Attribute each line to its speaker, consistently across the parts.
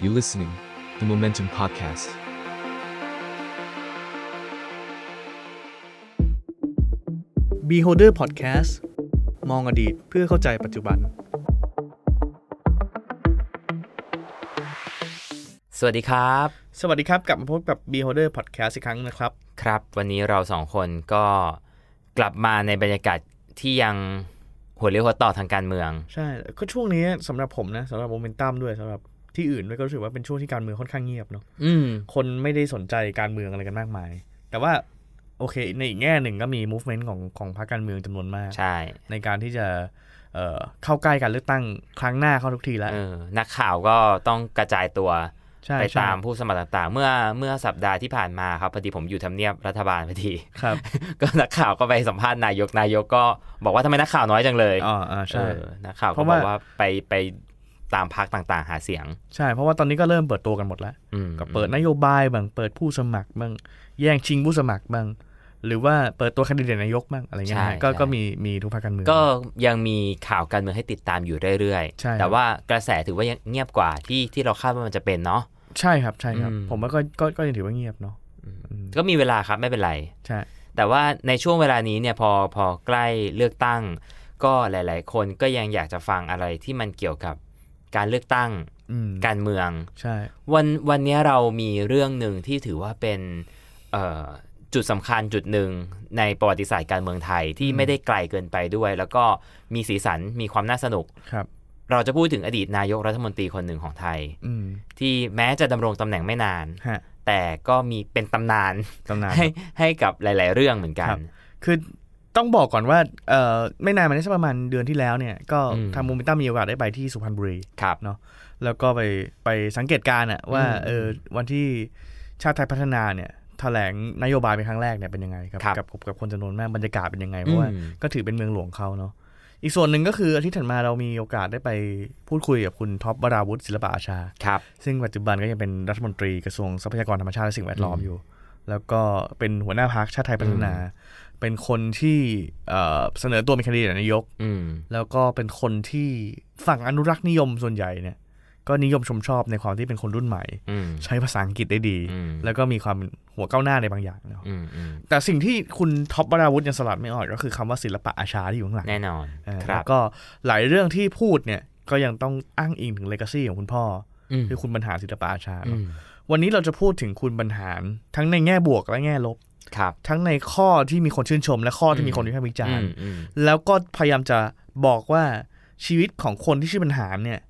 Speaker 1: You listening, the Momentum Podcast.
Speaker 2: บ Beholder Podcast มองอดีตเพื่อเข้าใจปัจจุบัน
Speaker 3: สวัสดีครับ
Speaker 2: สวัสดีครับ กลับมาพบกับ Beholder Podcast อีกครั้งนะครับ
Speaker 3: ครับ วันนี้เราสองคนก็กลับมาในบรรยากาศที่ยังหัวเรียวหัวต่อทางการเมือง
Speaker 2: ใช่ ก็ช่วงนี้สำหรับผมนะสำหรับโมเมนตัมด้วยสำหรับที่อื่นด้วยก็รู้สึกว่าเป็นช่วงที่การเมืองค่อนข้างเงียบเนาะ
Speaker 3: อืม
Speaker 2: คนไม่ได้สนใจการเมืองอะไรกันมากมาย แต่ว่า โอเค ในอีกแง่หนึ่งก็มี movement ของของพรรคการเมืองจำนวนมาก
Speaker 3: ใช่
Speaker 2: ในการที่จะเอ่อเข้าใกล้การเลือกตั้งครั้งหน้าเข้าทุกทีแล้ว
Speaker 3: เออนักข่าวก็ต้องกระจายตัว
Speaker 2: ใช่
Speaker 3: ไป
Speaker 2: ใช่
Speaker 3: ตามผู้สมัครต่างๆ เมื่อเมื่อสัปดาห์ที่ผ่านมาครับพอดีผมอยู่ทำเนียบรัฐบาลพอดี
Speaker 2: ครับ
Speaker 3: ก็ นักข่าวก็ไปสัมภาษณ์นายกนายกก็บอกว่าทำไมนักข่าวน้อยจังเลย
Speaker 2: อ๋ออ่าใช่
Speaker 3: เออนักข่าว
Speaker 2: เพ
Speaker 3: ก็
Speaker 2: ราะ
Speaker 3: บ
Speaker 2: ว่า
Speaker 3: อกว่าไปไปตามพักต่างๆ หาเสียง
Speaker 2: ใช่ เพราะว่าตอนนี้ก็เริ่มเปิดตัวกันหมดแล้ว
Speaker 3: อืม
Speaker 2: ก็เปิดนโยบายบ้างเปิดผู้สมัครบ้างแย่งชิงผู้สมัครบ้างหรือว่าเปิดตัวแคนดิเดตนายกบ้างอะไรเงี้ยนะฮะก็ก็มีมีทุกภาคการเมือง
Speaker 3: ก็ยังมีข่าวการเมืองให้ติดตามอยู่เรื่อย
Speaker 2: ใช่
Speaker 3: ๆ แต่ว่ากระแสถือว่ายังเงียบกว่าที่ที่เราคาดว่ามันจะเป็นเนาะ
Speaker 2: ใช่ครับใช่ครับ
Speaker 3: อืม
Speaker 2: ผมว่าก็ก็ก็ยังถือว่าเงียบเนาะอืม
Speaker 3: ก็มีเวลาครับไม่เป็นไร
Speaker 2: ใช่
Speaker 3: แต่ว่าในช่วงเวลานี้เนี่ยพอพอใกล้เลือกตั้ง ก็หลาย ๆ คนก็ยังอยากจะฟังอะไรที่มันเกี่ยวกับการเลือกตั้ง
Speaker 2: อืม
Speaker 3: การเมือง
Speaker 2: ใช่
Speaker 3: วันวันเนี้ยเรามีเรื่องหนึ่งที่ถือว่าเป็นเอ่อจุดสำคัญจุดหนึ่งในประวัติศาสตร์การเมืองไทยที่ไม่ได้ไกลเกินไปด้วย แล้วก็มีสีสันมีความน่าสนุก
Speaker 2: ครับ
Speaker 3: เราจะพูดถึงอดีตนายกรัฐมนตรีคนหนึ่งของไทย
Speaker 2: อืม
Speaker 3: ที่แม้จะดำรงตำแหน่งไม่นาน
Speaker 2: ฮะ
Speaker 3: แต่ก็มีเป็นตำนาน
Speaker 2: ตำนาน
Speaker 3: ให้ให้กับหลาย ๆ เรื่องเหมือนกั
Speaker 2: ครั
Speaker 3: น
Speaker 2: บ คือต้องบอกก่อนว่าเอ่อไม่นานมานี้สักประมาณเดือนที่แล้วเนี่ย ก็
Speaker 3: อืม
Speaker 2: ทางมูมิต้ามีโอกาสได้ไปที่สุพรรณบุรี
Speaker 3: ครับ
Speaker 2: แล้วก็ไปไปสังเกตการณ์อะว่า
Speaker 3: อืม
Speaker 2: เออวันที่ชาติไทยพัฒนาเนี่ยแถลงนโยบายเป็นครั้งแรกเนี่ยเป็นยังไงครับ
Speaker 3: ครับ
Speaker 2: กับกับกับคนจำนวนมากบรรยากาศเป็นยังไงเพราะว่า
Speaker 3: อืม
Speaker 2: ก็ถือเป็นเมืองหลวงเขาเนาะอีกส่วนหนึ่งก็คืออาทิตย์ถัดมาเรามีโอกาสได้ไปพูดคุยกับคุณท็อปวราวุฒิศิลปะอาชา
Speaker 3: ครับ
Speaker 2: ซึ่งปัจจุบันก็ยังเป็นรัฐมนตรีกระทรวงทรัพยากรธรรมชาติและสิ่งแวดล้อม
Speaker 3: อืม
Speaker 2: อยู่ แล้วก็เป็นหัวหน้าพรรคชาติไทยพัฒนา
Speaker 3: อื
Speaker 2: เป็นคนที่เอ่อเสนอตัวเป็นแคนดิเดตนายก
Speaker 3: อืม
Speaker 2: แล้วก็เป็นคนที่ฝั่งอนุรักษ์นิยมส่วนใหญ่เนี่ย ก็นิยมชมชอบในความที่เป็นคนรุ่นใหม่
Speaker 3: อืม
Speaker 2: ใช้ภาษาอังกฤษได้ดี
Speaker 3: อืม
Speaker 2: แล้วก็มีความหัวก้าวหน้าในบางอย่างเนาะ
Speaker 3: อืมอืม
Speaker 2: แต่สิ่งที่คุณท็อปวราวุฒิยังสลัดไม่ออกก็คือคำว่าศิลปะอาชาที่อยู่ข้างหลัง
Speaker 3: แน่นอน
Speaker 2: เออ
Speaker 3: ค
Speaker 2: แล้
Speaker 3: รั
Speaker 2: ว
Speaker 3: บ
Speaker 2: ก็หลายเรื่องที่พูดเนี่ยก็ยังต้องอ้างอิงถึงเลกาซีของคุณพ่อ
Speaker 3: อืม
Speaker 2: คือคุณบรรหารศิลปะอาชา
Speaker 3: อื
Speaker 2: เนาะ
Speaker 3: ม
Speaker 2: วันนี้เราจะพูดถึงคุณบรรหารทั้งในแง่บวกและแง่ลบ
Speaker 3: ครับ
Speaker 2: ทั้งในข้อที่มีคนชื่นชม และข้อที่มีคนวิพากษ์วิจาร
Speaker 3: อื
Speaker 2: ณ์
Speaker 3: มอืม
Speaker 2: แล้วก็พยายามจะบอกว่าชีวิตของคนที่ชื่อบรรหารเนี่ย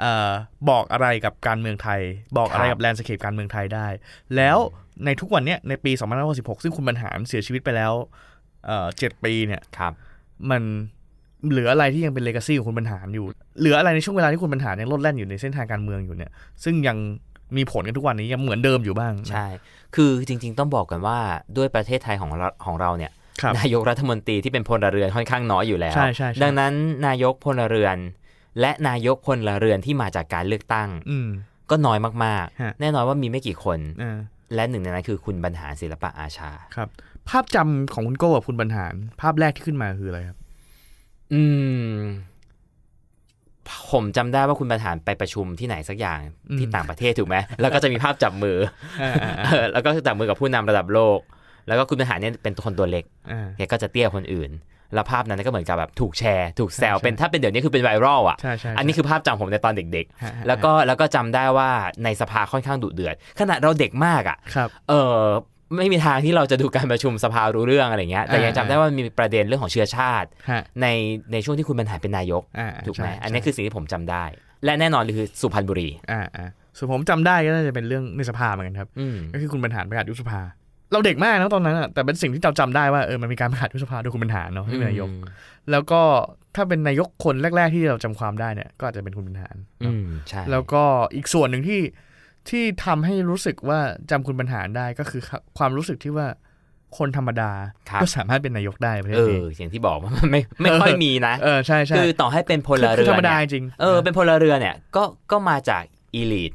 Speaker 2: เออบอกอะไรกับการเมืองไทย บอกอะไรกับแลนด์สเคปการเมืองไทยได้ แล้วในทุกวันเนี้ยในปี2566ซึ่งคุณบรรหารเสียชีวิตไปแล้วเอ่อเจ็ดปีเนี่ย
Speaker 3: ครับ
Speaker 2: มันเหลืออะไรที่ยังเป็นเลกาซีของคุณบรรหารอยู่ เหลืออะไรในช่วงเวลาที่คุณบรรหารยังโลดแล่นอยู่ในเส้นทางการเมืองอยู่เนี่ยซึ่งยังมีผลกันทุกวันนี้ยังเหมือนเดิมอยู่บ้างนะ
Speaker 3: ใช่ คือจริง ๆ ต้องบอกกันว่าด้วยประเทศไทยของเราของเราเนี่ย
Speaker 2: ครับ
Speaker 3: นายกรัฐมนตรีที่เป็นพลเรือนค่อนข้างน้อยอยู่แล้ว
Speaker 2: ใช่ใช่ใช่
Speaker 3: ดังนั้นนายกพลเรือน และนายกพลเรือนที่มาจากการเลือกตั้ง
Speaker 2: อืม
Speaker 3: ก็น้อยมาก
Speaker 2: ฮะ
Speaker 3: ๆ แน่นอนว่ามีไม่กี่คน
Speaker 2: อ่า
Speaker 3: และหนึ่งในนั้นคือคุณบรรหารศิลปะอาชา
Speaker 2: ครับ ภาพจำของคุณโก้กับคุณบรรหารภาพแรกที่ขึ้นมาคืออะไรครับ
Speaker 3: อืม ผมจำได้ว่าคุณบรรหารไปประชุมที่ไหนสักอย่าง
Speaker 2: อืม
Speaker 3: ที่ต่างประเทศถูกไหม แล้วก็จะมีภาพจับมือเออแล้วก็จับมือกับผู้นำระดับโลก แล้วก็คุณบรรหารเนี่ยเป็นคนตัวเล็ก
Speaker 2: อ่า
Speaker 3: แกก็จะเตี้ยกว่าคนอื่น แล้วภาพนั้นก็เหมือนกับแบบถูกแชร์ ถูกแซว
Speaker 2: ใช่ใช่
Speaker 3: เป็นถ้าเป็นเดี๋ยวนี้คือเป็นไวรัลอ่ะ
Speaker 2: ใช่ใช่
Speaker 3: อันนี้คือภาพจำผมในตอนเด็ก
Speaker 2: ฮะฮะ
Speaker 3: ๆ แล้วก็แล้วก็จำได้ว่าในสภาค่อนข้างดุเดือด ขนาดเราเด็กมากอ่ะ
Speaker 2: ครับ
Speaker 3: เออไม่มีทางที่เราจะดูการประชุมสภารู้เรื่องอะไรเงี้ย แต่ยังจำได้ว่ามีประเด็นเรื่องของเชื้อชาติ
Speaker 2: ฮะ
Speaker 3: ในในช่วงที่คุณบรรหารเป็นนายก
Speaker 2: อ่า
Speaker 3: ถูกไหม
Speaker 2: ใช่
Speaker 3: อันนี้คือสิ่งที่ผมจำได้ และแน่นอนคือสุพรรณบุรี
Speaker 2: อ่าอ่าส่วนผมจำได้ก็น่าจะเป็นเรื่องในสภาเหมือนกันครับ
Speaker 3: อืม
Speaker 2: ก็คือคุณบรรหารประกาศยุบสภา เราเด็กมากนะตอนนั้นอะแต่เป็นสิ่งที่เราจำได้ว่าเออมันมีการประกาศยุบสภาโดยคุณบรรหารเนาะที่เป็นนายก แล้วก็ถ้าเป็นนายกคนแรก ๆ ที่เราจำความได้เนี่ยก็อาจจะเป็นคุณบรรหาร
Speaker 3: อืมใช่
Speaker 2: แล้วก็อีกส่วนหนึ่งที่ที่ทำให้รู้สึกว่าจำคุณบรรหารได้ก็คือความรู้สึกที่ว่าคนธรรมดาก็สามารถเป็นนายกได้ประเท
Speaker 3: เอ
Speaker 2: ศ
Speaker 3: อ
Speaker 2: นี้
Speaker 3: อย่างที่บอกว่า มันไม่ไม่ค่อยมีนะ
Speaker 2: เออใช่ใช่
Speaker 3: คือต่อให้เป็นพล
Speaker 2: คื
Speaker 3: เรือ
Speaker 2: ธรรม
Speaker 3: เนี่
Speaker 2: ดาย จริง
Speaker 3: เออเป็นพลเรือนเนี่ยก็ก็มาจากอีลิท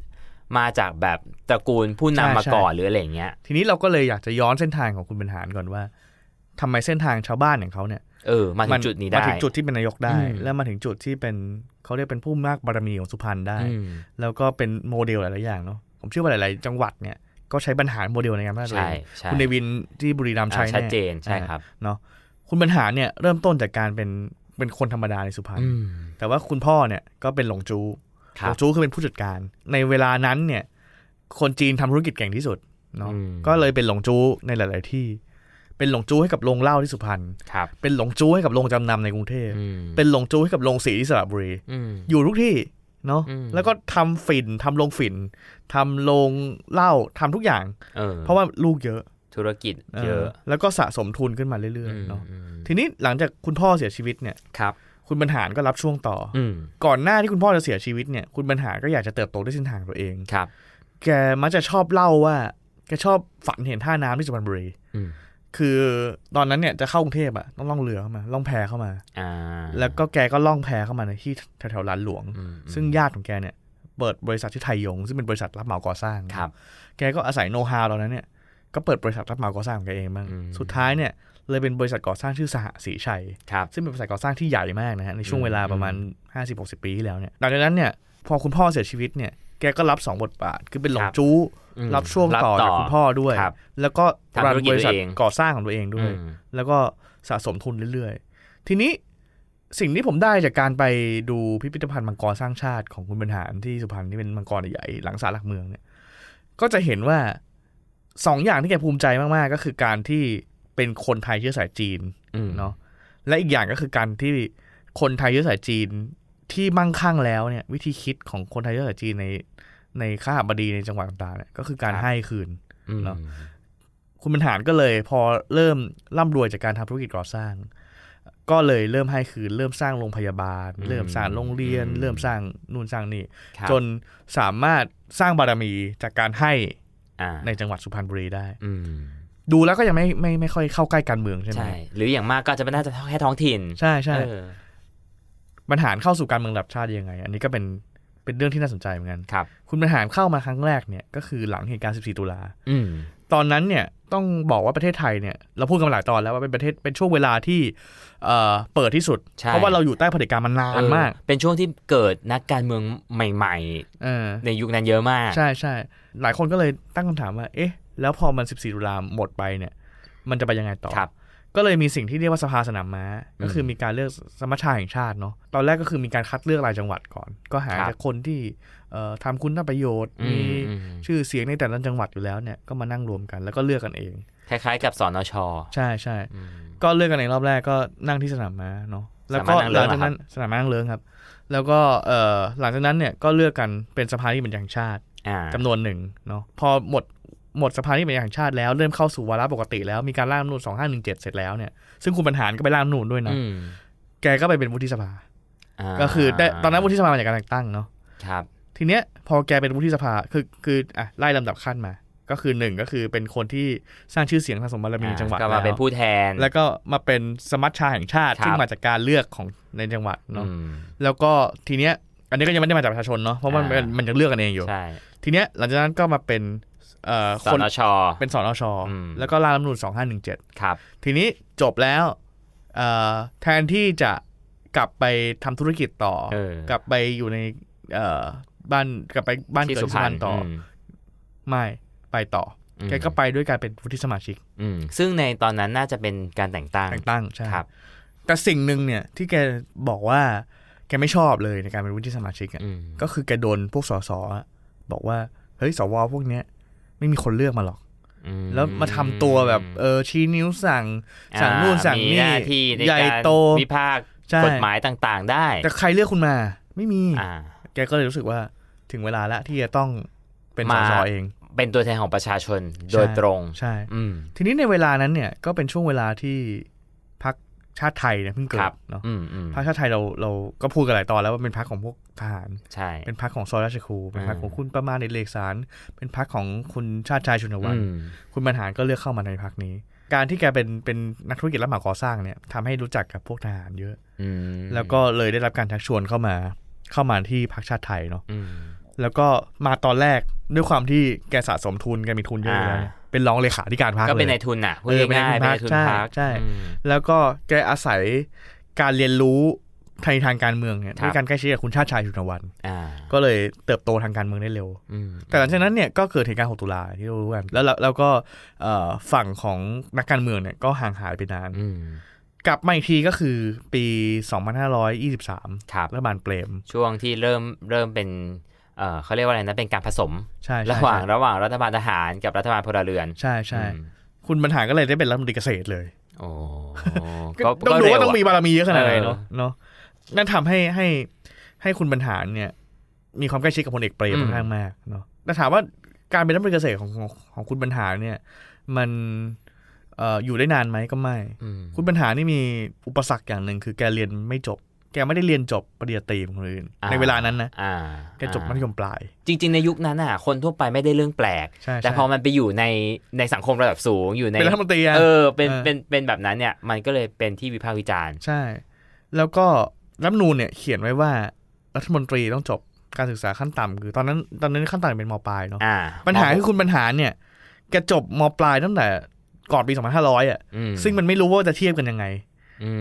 Speaker 3: มาจากแบบตระกูลผู้นำมาก่อนหรืออะไรอย่างเงี้ย
Speaker 2: ทีนี้เราก็เลยอยากจะย้อนเส้นทางของคุณบรรหารก่อนว่าทำไมเส้นทางชาวบ้านอย่างเขาเนี่ย
Speaker 3: เออมาถึงจุดนี้ได้
Speaker 2: มาถึงจุดที่เป็นนายกได้
Speaker 3: อืม
Speaker 2: แล้วมาถึงจุดที่เป็นเขาเรียกเป็นผู้มากบารมีของสุพรรณได้
Speaker 3: อืม
Speaker 2: แล้วก็เป็นโมเดลหลาย ๆ อย่างเนาะผมเชื่อว่าหลาย ๆ จังหวัดเนี่ยก็ใช้บรรหารโมเดลในการพัฒนาตัว
Speaker 3: ใช่
Speaker 2: เอง
Speaker 3: ใช่
Speaker 2: คุณเดวินที่บุรีรัมย์ใช้
Speaker 3: อ่า
Speaker 2: แน่
Speaker 3: ชัดเจนใช่ครับ
Speaker 2: เนาะคุณบรรหารเนี่ยเริ่มต้นจากการเป็นเป็นคนธรรมดาในสุพรรณ
Speaker 3: อืม
Speaker 2: แต่ว่าคุณพ่อเนี่ยก็เป็นหลงจู
Speaker 3: ค
Speaker 2: หล
Speaker 3: รับ
Speaker 2: งจูคือเป็นผู้จัดการ ในเวลานั้นเนี่ยคนจีนทำธุรกิจเก่งที่สุดเนาะ
Speaker 3: อืม
Speaker 2: ก็เลยเป็นหลงจูในหลาย ๆ ที่ เป็นหลงจูให้กับโรงเหล้าที่สุพรรณ
Speaker 3: ครับ
Speaker 2: เป็นหลงจูให้กับโรงจำนำในกรุงเทพ
Speaker 3: อืม
Speaker 2: เป็นลงจูให้กับลงสีที่สระบุรี
Speaker 3: อืม
Speaker 2: อยู่ทุกที่เนาะ
Speaker 3: อืม
Speaker 2: แล้วก็ทำฝิ่นทำลงฝิ่นทำลงเหล้าทำทุกอย่าง
Speaker 3: เออ
Speaker 2: เพราะว่าลูกเยอะ
Speaker 3: ธุรกิจ
Speaker 2: เอ
Speaker 3: เย
Speaker 2: อ
Speaker 3: อะ
Speaker 2: แล้วก็สะสมทุนขึ้นมาเรื่อย ๆ เนาะ
Speaker 3: อืม
Speaker 2: ทีนี้หลังจากคุณพ่อเสียชีวิตเนี่ย
Speaker 3: ครับ
Speaker 2: คุณบรรหารก็รับช่วงต่ออ
Speaker 3: อืม
Speaker 2: ก่อนหน้าที่คุณพ่อจะเสียชีวิตเนี่ยคุณบรรหารก็อยากจะเติบโตด้วยเส้นทางตัวเอง
Speaker 3: ครับ
Speaker 2: แกมักจะชอบเล่าว่าแกชอบฝันเห็นท่าน้ำที่สุพรรณบุรี
Speaker 3: อืม
Speaker 2: คือตอนนั้นเนี่ยจะเข้ากรุงเทพอะต้องล่องเรือเข้ามาล่องแพเข้ามา
Speaker 3: อ่า
Speaker 2: แล้วก็แกก็ล่องแพเข้ามาในที่แถวๆร้านหลวง
Speaker 3: อืม
Speaker 2: ซึ่งญาติของแกเนี่ยเปิดบริษัทที่ไทยยง ซึ่งเป็นบริษัทรับเหมาก่อสร้าง
Speaker 3: ครับ
Speaker 2: แกก็อาศัยโน้ตฮาวตอนนั้นเนี่ยก็เปิดบริษัทรับเหมาก่อสร้างของแกเองบ้าง
Speaker 3: อืม
Speaker 2: สุดท้ายเนี่ยเลยเป็นบริษัทก่อสร้างชื่อสหศรีชัย
Speaker 3: ครับ
Speaker 2: ซึ่งเป็นบริษัทก่อสร้างที่ใหญ่มากนะฮะในช่วง
Speaker 3: อืม
Speaker 2: เวลาประมาณ 50-60 ปีที่แล้วเนี่ยหลังจากนั้นเนี่ยพอคุณพ่อเสียชีวิตเนี่ยแกก็รับสองบทบาทคือเป็นหลงจู้
Speaker 3: อืม
Speaker 2: รับช่วงต่อจากคุณพ่อด้วย
Speaker 3: ครับ
Speaker 2: แล้วก็
Speaker 3: ทำธุรกิจ
Speaker 2: บริษัท
Speaker 3: ตัวเอง
Speaker 2: ก่อสร้างของตัวเองด้วย
Speaker 3: อืม
Speaker 2: แล้วก็สะสมทุนเรื่อยๆ ทีนี้สิ่งที่ผมได้จากการไปดูพิพิธภัณฑ์มังกรสร้างชาติของคุณบรรหารที่สุพรรณที่เป็นมังกรใหญ่ๆหลังศาลหลักเมืองเนี่ย ก็จะเห็นว่าสองอย่างที่แกภูมิใจมาก ๆ ก็คือการที่เป็นคนไทยเชื้อสายจีน
Speaker 3: อืม
Speaker 2: เนาะและอีกอย่างก็คือการที่คนไทยเชื้อสายจีนที่มั่งคั่งแล้วเนี่ย วิธีคิดของคนไทยเชื้อสายจีนในในข้าบดีในจังหวัดต่างๆเนี่ยก็คือการให้คืน
Speaker 3: อืม
Speaker 2: เนาะ คุณบรรหารก็เลยพอเริ่มร่ำรวยจากการทำธุรกิจก่อสร้าง ก็เลยเริ่มให้คืนเริ่มสร้างโรงพยาบาล เริ่มสร้างโรงเรียน เริ่มสร้างนู่นสร้างนี่
Speaker 3: ครับ
Speaker 2: จนสามารถสร้างบารมีจากการให้
Speaker 3: อ่า
Speaker 2: ในจังหวัดสุพรรณบุรีได้
Speaker 3: อืม
Speaker 2: ดูแล้วก็ยังไม่ไม่ไม่ค่อยเข้าใกล้การเมืองใช่ไหม
Speaker 3: ใช่ หรืออย่างมากก็อาจจะไม่น่าจะแค่ท้องถิ่น
Speaker 2: ใช่ใช่
Speaker 3: เออบ
Speaker 2: รรหารเข้าสู่การเมืองระดับชาติยังไง อันนี้ก็เป็นเป็นเรื่องที่น่าสนใจเหมือนกัน
Speaker 3: ครับ
Speaker 2: คุณบรรหารเข้ามาครั้งแรกเนี่ยก็คือหลังเหตุการณ์ 14 ตุลา
Speaker 3: อืม
Speaker 2: ตอนนั้นเนี่ยต้องบอกว่าประเทศไทยเนี่ยเราพูดกันมาหลายตอนแล้วว่าเป็นประเทศเป็นช่วงเวลาที่เอ่อเปิดที่สุด
Speaker 3: ใช่
Speaker 2: เพราะว่าเราอยู่ใต้เผด็จการมานานมาก
Speaker 3: เออเป็นช่วงที่เกิดนักการเมืองใหม่
Speaker 2: เออ
Speaker 3: ๆ ในยุคนั้นเยอะมาก
Speaker 2: ใช่ใช่หลายคนก็เลยตั้งคำถามว่า เอ๊ะ แล้วพอมัน 14 ตุลาหมดไปเนี่ย มันจะไปยังไงต่อ
Speaker 3: ครับ
Speaker 2: ก็เลยมีสิ่งที่เรียกว่าสภาสนามม้า ก็คือ
Speaker 3: ม
Speaker 2: มีการเลือกสมัชชาแห่งชาติเนาะตอนแรกก็คือมีการคัดเลือกรายจังหวัดก่อน ก็หา
Speaker 3: ครับ
Speaker 2: จากคนที่เอ่อทำคุณประโยชน์
Speaker 3: อื
Speaker 2: มี
Speaker 3: มอืม
Speaker 2: ชื่อเสียงในแต่ละจังหวัดอยู่แล้วเนี่ยก็มานั่งรวมกันแล้วก็เลือกกันเอง
Speaker 3: คล้ายๆ กับสอนช
Speaker 2: ใช่ใช่
Speaker 3: อืม
Speaker 2: ก็เลือกกันในรอบแรกก็นั่งที่สนามม้าเนาะแล้วก็
Speaker 3: สนามม้านั่
Speaker 2: ห
Speaker 3: ง
Speaker 2: ลัง
Speaker 3: เลิ้งเหรอ
Speaker 2: จากนั้นสนามม้านั่งเลิ้งครับ แล้วก็เอ่อหลังจากนั้นเนี่ยก็เลือกกันเป็นสภาที่เป็นอย่างชาติ
Speaker 3: า
Speaker 2: จำนวนหนึ่งเนาะพอหมดหมดสภาที่เป็นอย่างชาติแล้วเริ่มเข้าสู่วาระปกติแล้วมีการร่างรัฐธรรมนูนสองห้าหนึ่งเจ็ดเสร็จแล้วเนี่ยซึ่งคุณบรรหารก็ไปร่างรัฐธรรมนูนด้วยนะ
Speaker 3: อืม
Speaker 2: แกก็ไปเป็นวุฒิสภา
Speaker 3: า
Speaker 2: ก็คือได้ตอนนั้นวุฒิสภามาจากการแต่งตั้งเนาะ
Speaker 3: ครับ
Speaker 2: ทีเนี้ยพอแกเป็นวุฒิสภาคือคืออ่ะไล่ลำดับขั้นมา ก็คือหนึ่งก็คือเป็นคนที่สร้างชื่อเสียงสะสมบารมีในจังหวัด
Speaker 3: ก็มา
Speaker 2: แล้ว
Speaker 3: เป็นผู้แทน
Speaker 2: แล้วก็มาเป็นสมัชชาแห่งชาติ
Speaker 3: ครับ
Speaker 2: ซึ่งมาจากการเลือกของในจังหวัดเนาะ
Speaker 3: อืม
Speaker 2: แล้วก็ทีเนี้ยอันนี้ก็ยังไม่ได้มาจากประชาชนเนาะเพราะมัน
Speaker 3: อ่ามั
Speaker 2: นมันยังเลือกกันเองอยู่
Speaker 3: ใช่
Speaker 2: ทีเนี้ยหลังจากนั้นก็มาเป็นเอ่อ
Speaker 3: ส
Speaker 2: คน
Speaker 3: นช
Speaker 2: เป็นสอนอช
Speaker 3: อืม
Speaker 2: แล้วก็ร่างรัฐธรรมนูญสองห้าหนึ่งเจ็ด
Speaker 3: ครับ
Speaker 2: ทีนี้จบแล้วเอ่อแทนที่จะกลับไปทำธุรกิจต่อ
Speaker 3: เออก
Speaker 2: ลับไปอยู่ในเอ่อบ้านกลับไปบ้านเกิดที่สุพรรณต่ออ
Speaker 3: ม
Speaker 2: ไม่ไปต่ออ
Speaker 3: ม
Speaker 2: แกก็ไปด้วยการเป็นวุฒิสมาชิก
Speaker 3: อืมซึ่งในตอนนั้นน่าจะเป็นการแต่งตั้ง
Speaker 2: แต่งตั้งใช่
Speaker 3: ครับ
Speaker 2: แต่สิ่งหนึ่งเนี่ยที่แกบอกว่าแกไม่ชอบเลยในการเป็นวุฒิสมาชิกอะ
Speaker 3: อืม
Speaker 2: ก็คือแกโดนพวกสสอะบอกว่าเฮ้ยสวพวกเนี้ยไม่มีคนเลือกมาหรอก
Speaker 3: อื
Speaker 2: แล้วมาทำตัวแบบเออชี้นิ้วสั่ง สั่ง
Speaker 3: อ่า
Speaker 2: นู่นสั่ง
Speaker 3: มี
Speaker 2: นี่
Speaker 3: หน้าที่ใน
Speaker 2: ใหญ่
Speaker 3: การ
Speaker 2: โต
Speaker 3: วิพากษ์
Speaker 2: ใช่
Speaker 3: กฎหมายต่างๆ ได้
Speaker 2: แต่ใครเลือกคุณมา ไม่มี
Speaker 3: อ่า
Speaker 2: แกก็เลยรู้สึกว่าถึงเวลาละที่จะต้องเป็นส
Speaker 3: มา
Speaker 2: สเอง
Speaker 3: เป็นตัวแทนของประชาชนโดย
Speaker 2: ใช่
Speaker 3: ตรง
Speaker 2: ใช่
Speaker 3: อืม
Speaker 2: ทีนี้ในเวลานั้นเนี่ยก็เป็นช่วงเวลาที่พรรคชาติไทยเนี่ยเพิ่งเกิ
Speaker 3: ครั
Speaker 2: ด
Speaker 3: บ
Speaker 2: เนาะ
Speaker 3: อืมอืม
Speaker 2: พรรคชาติไทยเราเราก็พูดกันหลายตอนแล้วว่าเป็นพรรคของพวกทหาร
Speaker 3: ใช่
Speaker 2: เป็นพักของซอยราชครูเป็นพัก
Speaker 3: อ่า
Speaker 2: ของคุณประมาณในเลขสาร เป็นพักของคุณชาติชายชุนวัฒน
Speaker 3: อืม
Speaker 2: คุณบรรหารก็เลือกเข้ามาในพักนี้ การที่แกเป็นเป็นนักธุรกิจรับเหมาก่อสร้างเนี่ยทำให้รู้จักกับพวกทหารเยอะ
Speaker 3: อืม
Speaker 2: แล้วก็เลยได้รับการชักชวนเข้ามาเข้ามาที่พักชาติไทยเนาะ
Speaker 3: อืม
Speaker 2: แล้วก็มาตอนแรกด้วยความที่แกสะสมทุนแกมีทุนเยอะอยู่แล้วเนี่ย เป็นรองเลขาธิการพรรค
Speaker 3: ก็เป็น
Speaker 2: เล
Speaker 3: นาย ยทุนน่ะพูด
Speaker 2: เออเป็น
Speaker 3: ง่ายๆเป็
Speaker 2: นาน
Speaker 3: นาย ย
Speaker 2: ทุ
Speaker 3: ทุ
Speaker 2: น
Speaker 3: น
Speaker 2: พร
Speaker 3: พร
Speaker 2: ร
Speaker 3: ร
Speaker 2: ค
Speaker 3: ค
Speaker 2: ใช่ใช่
Speaker 3: อืม
Speaker 2: แล้วก็แกอาศัยการเรียนรู้ทางทางการเมืองเนี่ย
Speaker 3: ครับ
Speaker 2: ด้วยการใกล้ชิดกับคุณชาติชายชุนวัน
Speaker 3: อ่า
Speaker 2: ก็เลยเติบโตทางการเมืองได้เร็ว
Speaker 3: อืม
Speaker 2: แต่หลังจากนั้นเนี่ยก็เกิดเหตุการณ์ 6 ตุลาที่เรารู้กันแล้วแล้วแล้วก็เอ่อฝั่งของนักการเมืองเนี่ยก็ห่างหายไปนาน
Speaker 3: อืม
Speaker 2: กลับมาอีกทีก็คือปี 2523
Speaker 3: ครับ
Speaker 2: รัฐบาลเปรม
Speaker 3: ช่วงที่เริ่มเริ่มเป็นเอ่อเขาเรียกว่าอะไรนะเป็นการผสม
Speaker 2: ใช่ใช่
Speaker 3: ระหว่างระหว่างรัฐบาลทหารกับรัฐบาลพลเรือน
Speaker 2: ใช่ใช่
Speaker 3: อืม
Speaker 2: คุณบรรหารก็เลยได้เป็นรัฐมนตรีเกษตรเลย
Speaker 3: โอ้
Speaker 2: ก็ต้องดูว่าต้อง
Speaker 3: เร็ะ
Speaker 2: มีบารมีเยอะขนาดไหนเนาะ
Speaker 3: เออ
Speaker 2: เนาะนั่นทำให้ให้ให้คุณบรรหารเนี่ย มีความใกล้ชิดกับพลเอกเปรม
Speaker 3: อืม
Speaker 2: ค่อนข้างมากเนาะแต่ถามว่าการเป็นรัฐมนตรีเกษตรของของของคุณบรรหารเนี่ย มันเอ่ออยู่ได้นานไหมก็ไม่
Speaker 3: อืม
Speaker 2: คุณปัญหานี่มีอุปสรรคอย่างหนึ่งคือแกเรียนไม่จบ แกไม่ได้เรียนจบปริญญาตรีเหมือนคนอื่นในเวลานั้นนะ
Speaker 3: อ่า
Speaker 2: แกจบมัธยมปลาย
Speaker 3: จริง ๆ ในยุคนั้นอ่ะ คนทั่วไปไม่ได้เรื่องแปลก
Speaker 2: ใช่
Speaker 3: แต่พอมันไปอยู่ในในสังคมระดับสูงอยู่ใน
Speaker 2: เป็นรัฐมนตรีอะ
Speaker 3: เออเป็น
Speaker 2: เออ
Speaker 3: เป็นเป็นแบบนั้นเนี่ยมันก็เลยเป็นที่วิพากษ์วิจารณ์
Speaker 2: ใช่ แล้วก็รัฐธรรมนูญเนี่ยเขียนไว้ว่ารัฐมนตรีต้องจบการศึกษาขั้นต่ำคือตอนนั้นตอนนั้นขั้นต่ำเป็นมปลายเนาะ
Speaker 3: อ่า
Speaker 2: ปัญหาคือคุณปัญหาเนี่ย แกจบมปลายตั้งแต่ก่อนปี 2500 อ่ะ
Speaker 3: อื
Speaker 2: ซึ่งมันไม่รู้ว่าจะเทียบกันยังไง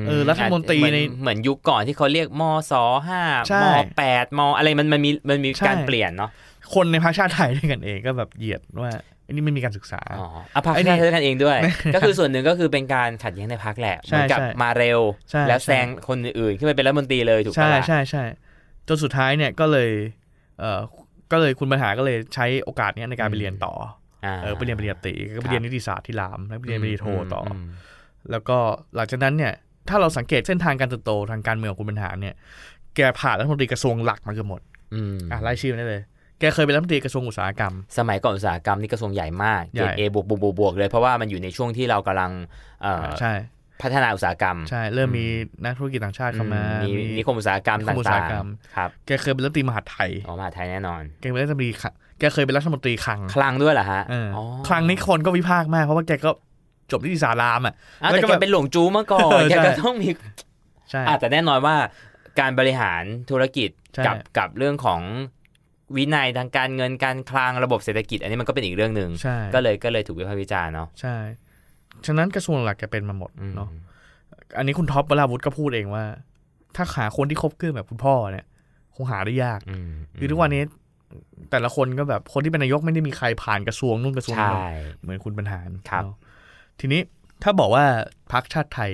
Speaker 3: ม
Speaker 2: เออรัฐมนตรี
Speaker 3: เหอ
Speaker 2: ใน
Speaker 3: เหมือนยุคก่อนที่เขาเรียกมสห้า
Speaker 2: ใช่
Speaker 3: มแปดมอะไรมันมันมีมันมี
Speaker 2: ใช่
Speaker 3: การเปลี่ยนเนาะ
Speaker 2: คนในภาคชาติไทยด้วยกันเองก็แบบเหยียดว่าอันนี้ไม่มีการศึกษา
Speaker 3: อ๋ออ่ะพัก
Speaker 2: ไอ้นี่
Speaker 3: ชาติด้วยกันเอง ด้วย ก็คือส่วนหนึ่งก็คือเป็นการขัดแย้งในพักแหละ
Speaker 2: ใช่
Speaker 3: เหมือนกับ
Speaker 2: ใช่
Speaker 3: มาเร็ว
Speaker 2: ใช่
Speaker 3: แล้ว
Speaker 2: ใช่
Speaker 3: แซงคนอื่นๆขึ้นไปเป็นรัฐมนตรีเลยถูก
Speaker 2: ใช่
Speaker 3: ปะล่ะ
Speaker 2: ใช่ใช่จนสุดท้ายเนี่ยก็เลยเออก็เลยคุณปัญหาก็เลยใช้โอกาสเนี้ยในการไปเรียนต่อ
Speaker 3: อ่า
Speaker 2: อเออไปเรียนปริญญาตรีก็ไป
Speaker 3: ครับ
Speaker 2: เรียนนิติศาสตร์ที่รามแล้วไปเรียนปริญญาโทต่ออ
Speaker 3: ม
Speaker 2: แล้วก็หลังจากนั้นเนี่ยถ้าเราสังเกตเส้นทางการเติบโตทางการเมืองของคุณปัญหาเนี่ยแกผ่านรัฐมนตรีกระทรวงหลักมาเกือบหมด
Speaker 3: อืม
Speaker 2: อ่ะไล่ชื่อมาได้เลย แกเคยเป็นรัฐมนตรีกระทรวงอุตสาหกรรม
Speaker 3: สมัยก่อนอุตสาหกรรมนี่กระทรวงใหญ่มากเกรด
Speaker 2: ใหญ่
Speaker 3: เอบวกบวกบวกบวกเลยเพราะว่ามันอยู่ในช่วงที่เรากำลังเอ่อ
Speaker 2: ใช่
Speaker 3: พัฒนาอุตสาหกรรม
Speaker 2: ใช่เริ่มมีนักธุรกิจต่างชาติเข้ามา
Speaker 3: อื
Speaker 2: มี
Speaker 3: นิคมอุตสาหกรรม
Speaker 2: นิคมอุตสาห
Speaker 3: ต่าง
Speaker 2: กรรม
Speaker 3: ๆครับ
Speaker 2: แกเคยเป็นรัฐมนตรีมหาดไทย
Speaker 3: ออกมหาไทยแน่นอน
Speaker 2: แกเป็นรัฐมนตรีคลังแกเคยเป็นรัฐมนตรีคลัง
Speaker 3: คลังด้วยเหรอฮะ
Speaker 2: เอออ
Speaker 3: อ๋อ
Speaker 2: ครั้งนี้คนก็วิพากษ์มากเพราะว่าแกก็จบนิติศาสตร์รามอ่ะ
Speaker 3: อ้าว
Speaker 2: แล้ว
Speaker 3: แต่
Speaker 2: ก็
Speaker 3: แกเป็นหลวงจูมาก่อ
Speaker 2: เอน อ
Speaker 3: แก
Speaker 2: ใช่
Speaker 3: ก็ต้องมี
Speaker 2: ใช่
Speaker 3: อ่ะแต่แน่นอนว่าการบริหารธุรกิจ
Speaker 2: ใช่
Speaker 3: กับกับเรื่องของวินัยทางการเงินการคลังระบบเศรษฐกิจ อันนี้มันก็เป็นอีกเรื่องหนึ่ง
Speaker 2: ใช่
Speaker 3: ก็เลยก็เลยถูกวิพากษ์วิจารณ์เนาะ
Speaker 2: ใช่ ฉะนั้นกระทรวงหลักแกเป็นมาหมด
Speaker 3: อืม
Speaker 2: เนาะอันนี้คุณท็อปวราวุฒิก็พูดเองว่า ถ้าหาคนที่คบเกื้อนแบบคุณพ่อเนี่ย คงหาได้ยาก
Speaker 3: อืม
Speaker 2: คือทุกวันนี้ แต่ละคนก็แบบคนที่เป็นนายกไม่ได้มีใครผ่านกระทรวงนู่นกระทรวง
Speaker 3: ใช่
Speaker 2: นี่เหมือนคุณบรรหาร
Speaker 3: ครับ
Speaker 2: เนอะทีนี้ถ้าบอกว่าพรรคชาติไทย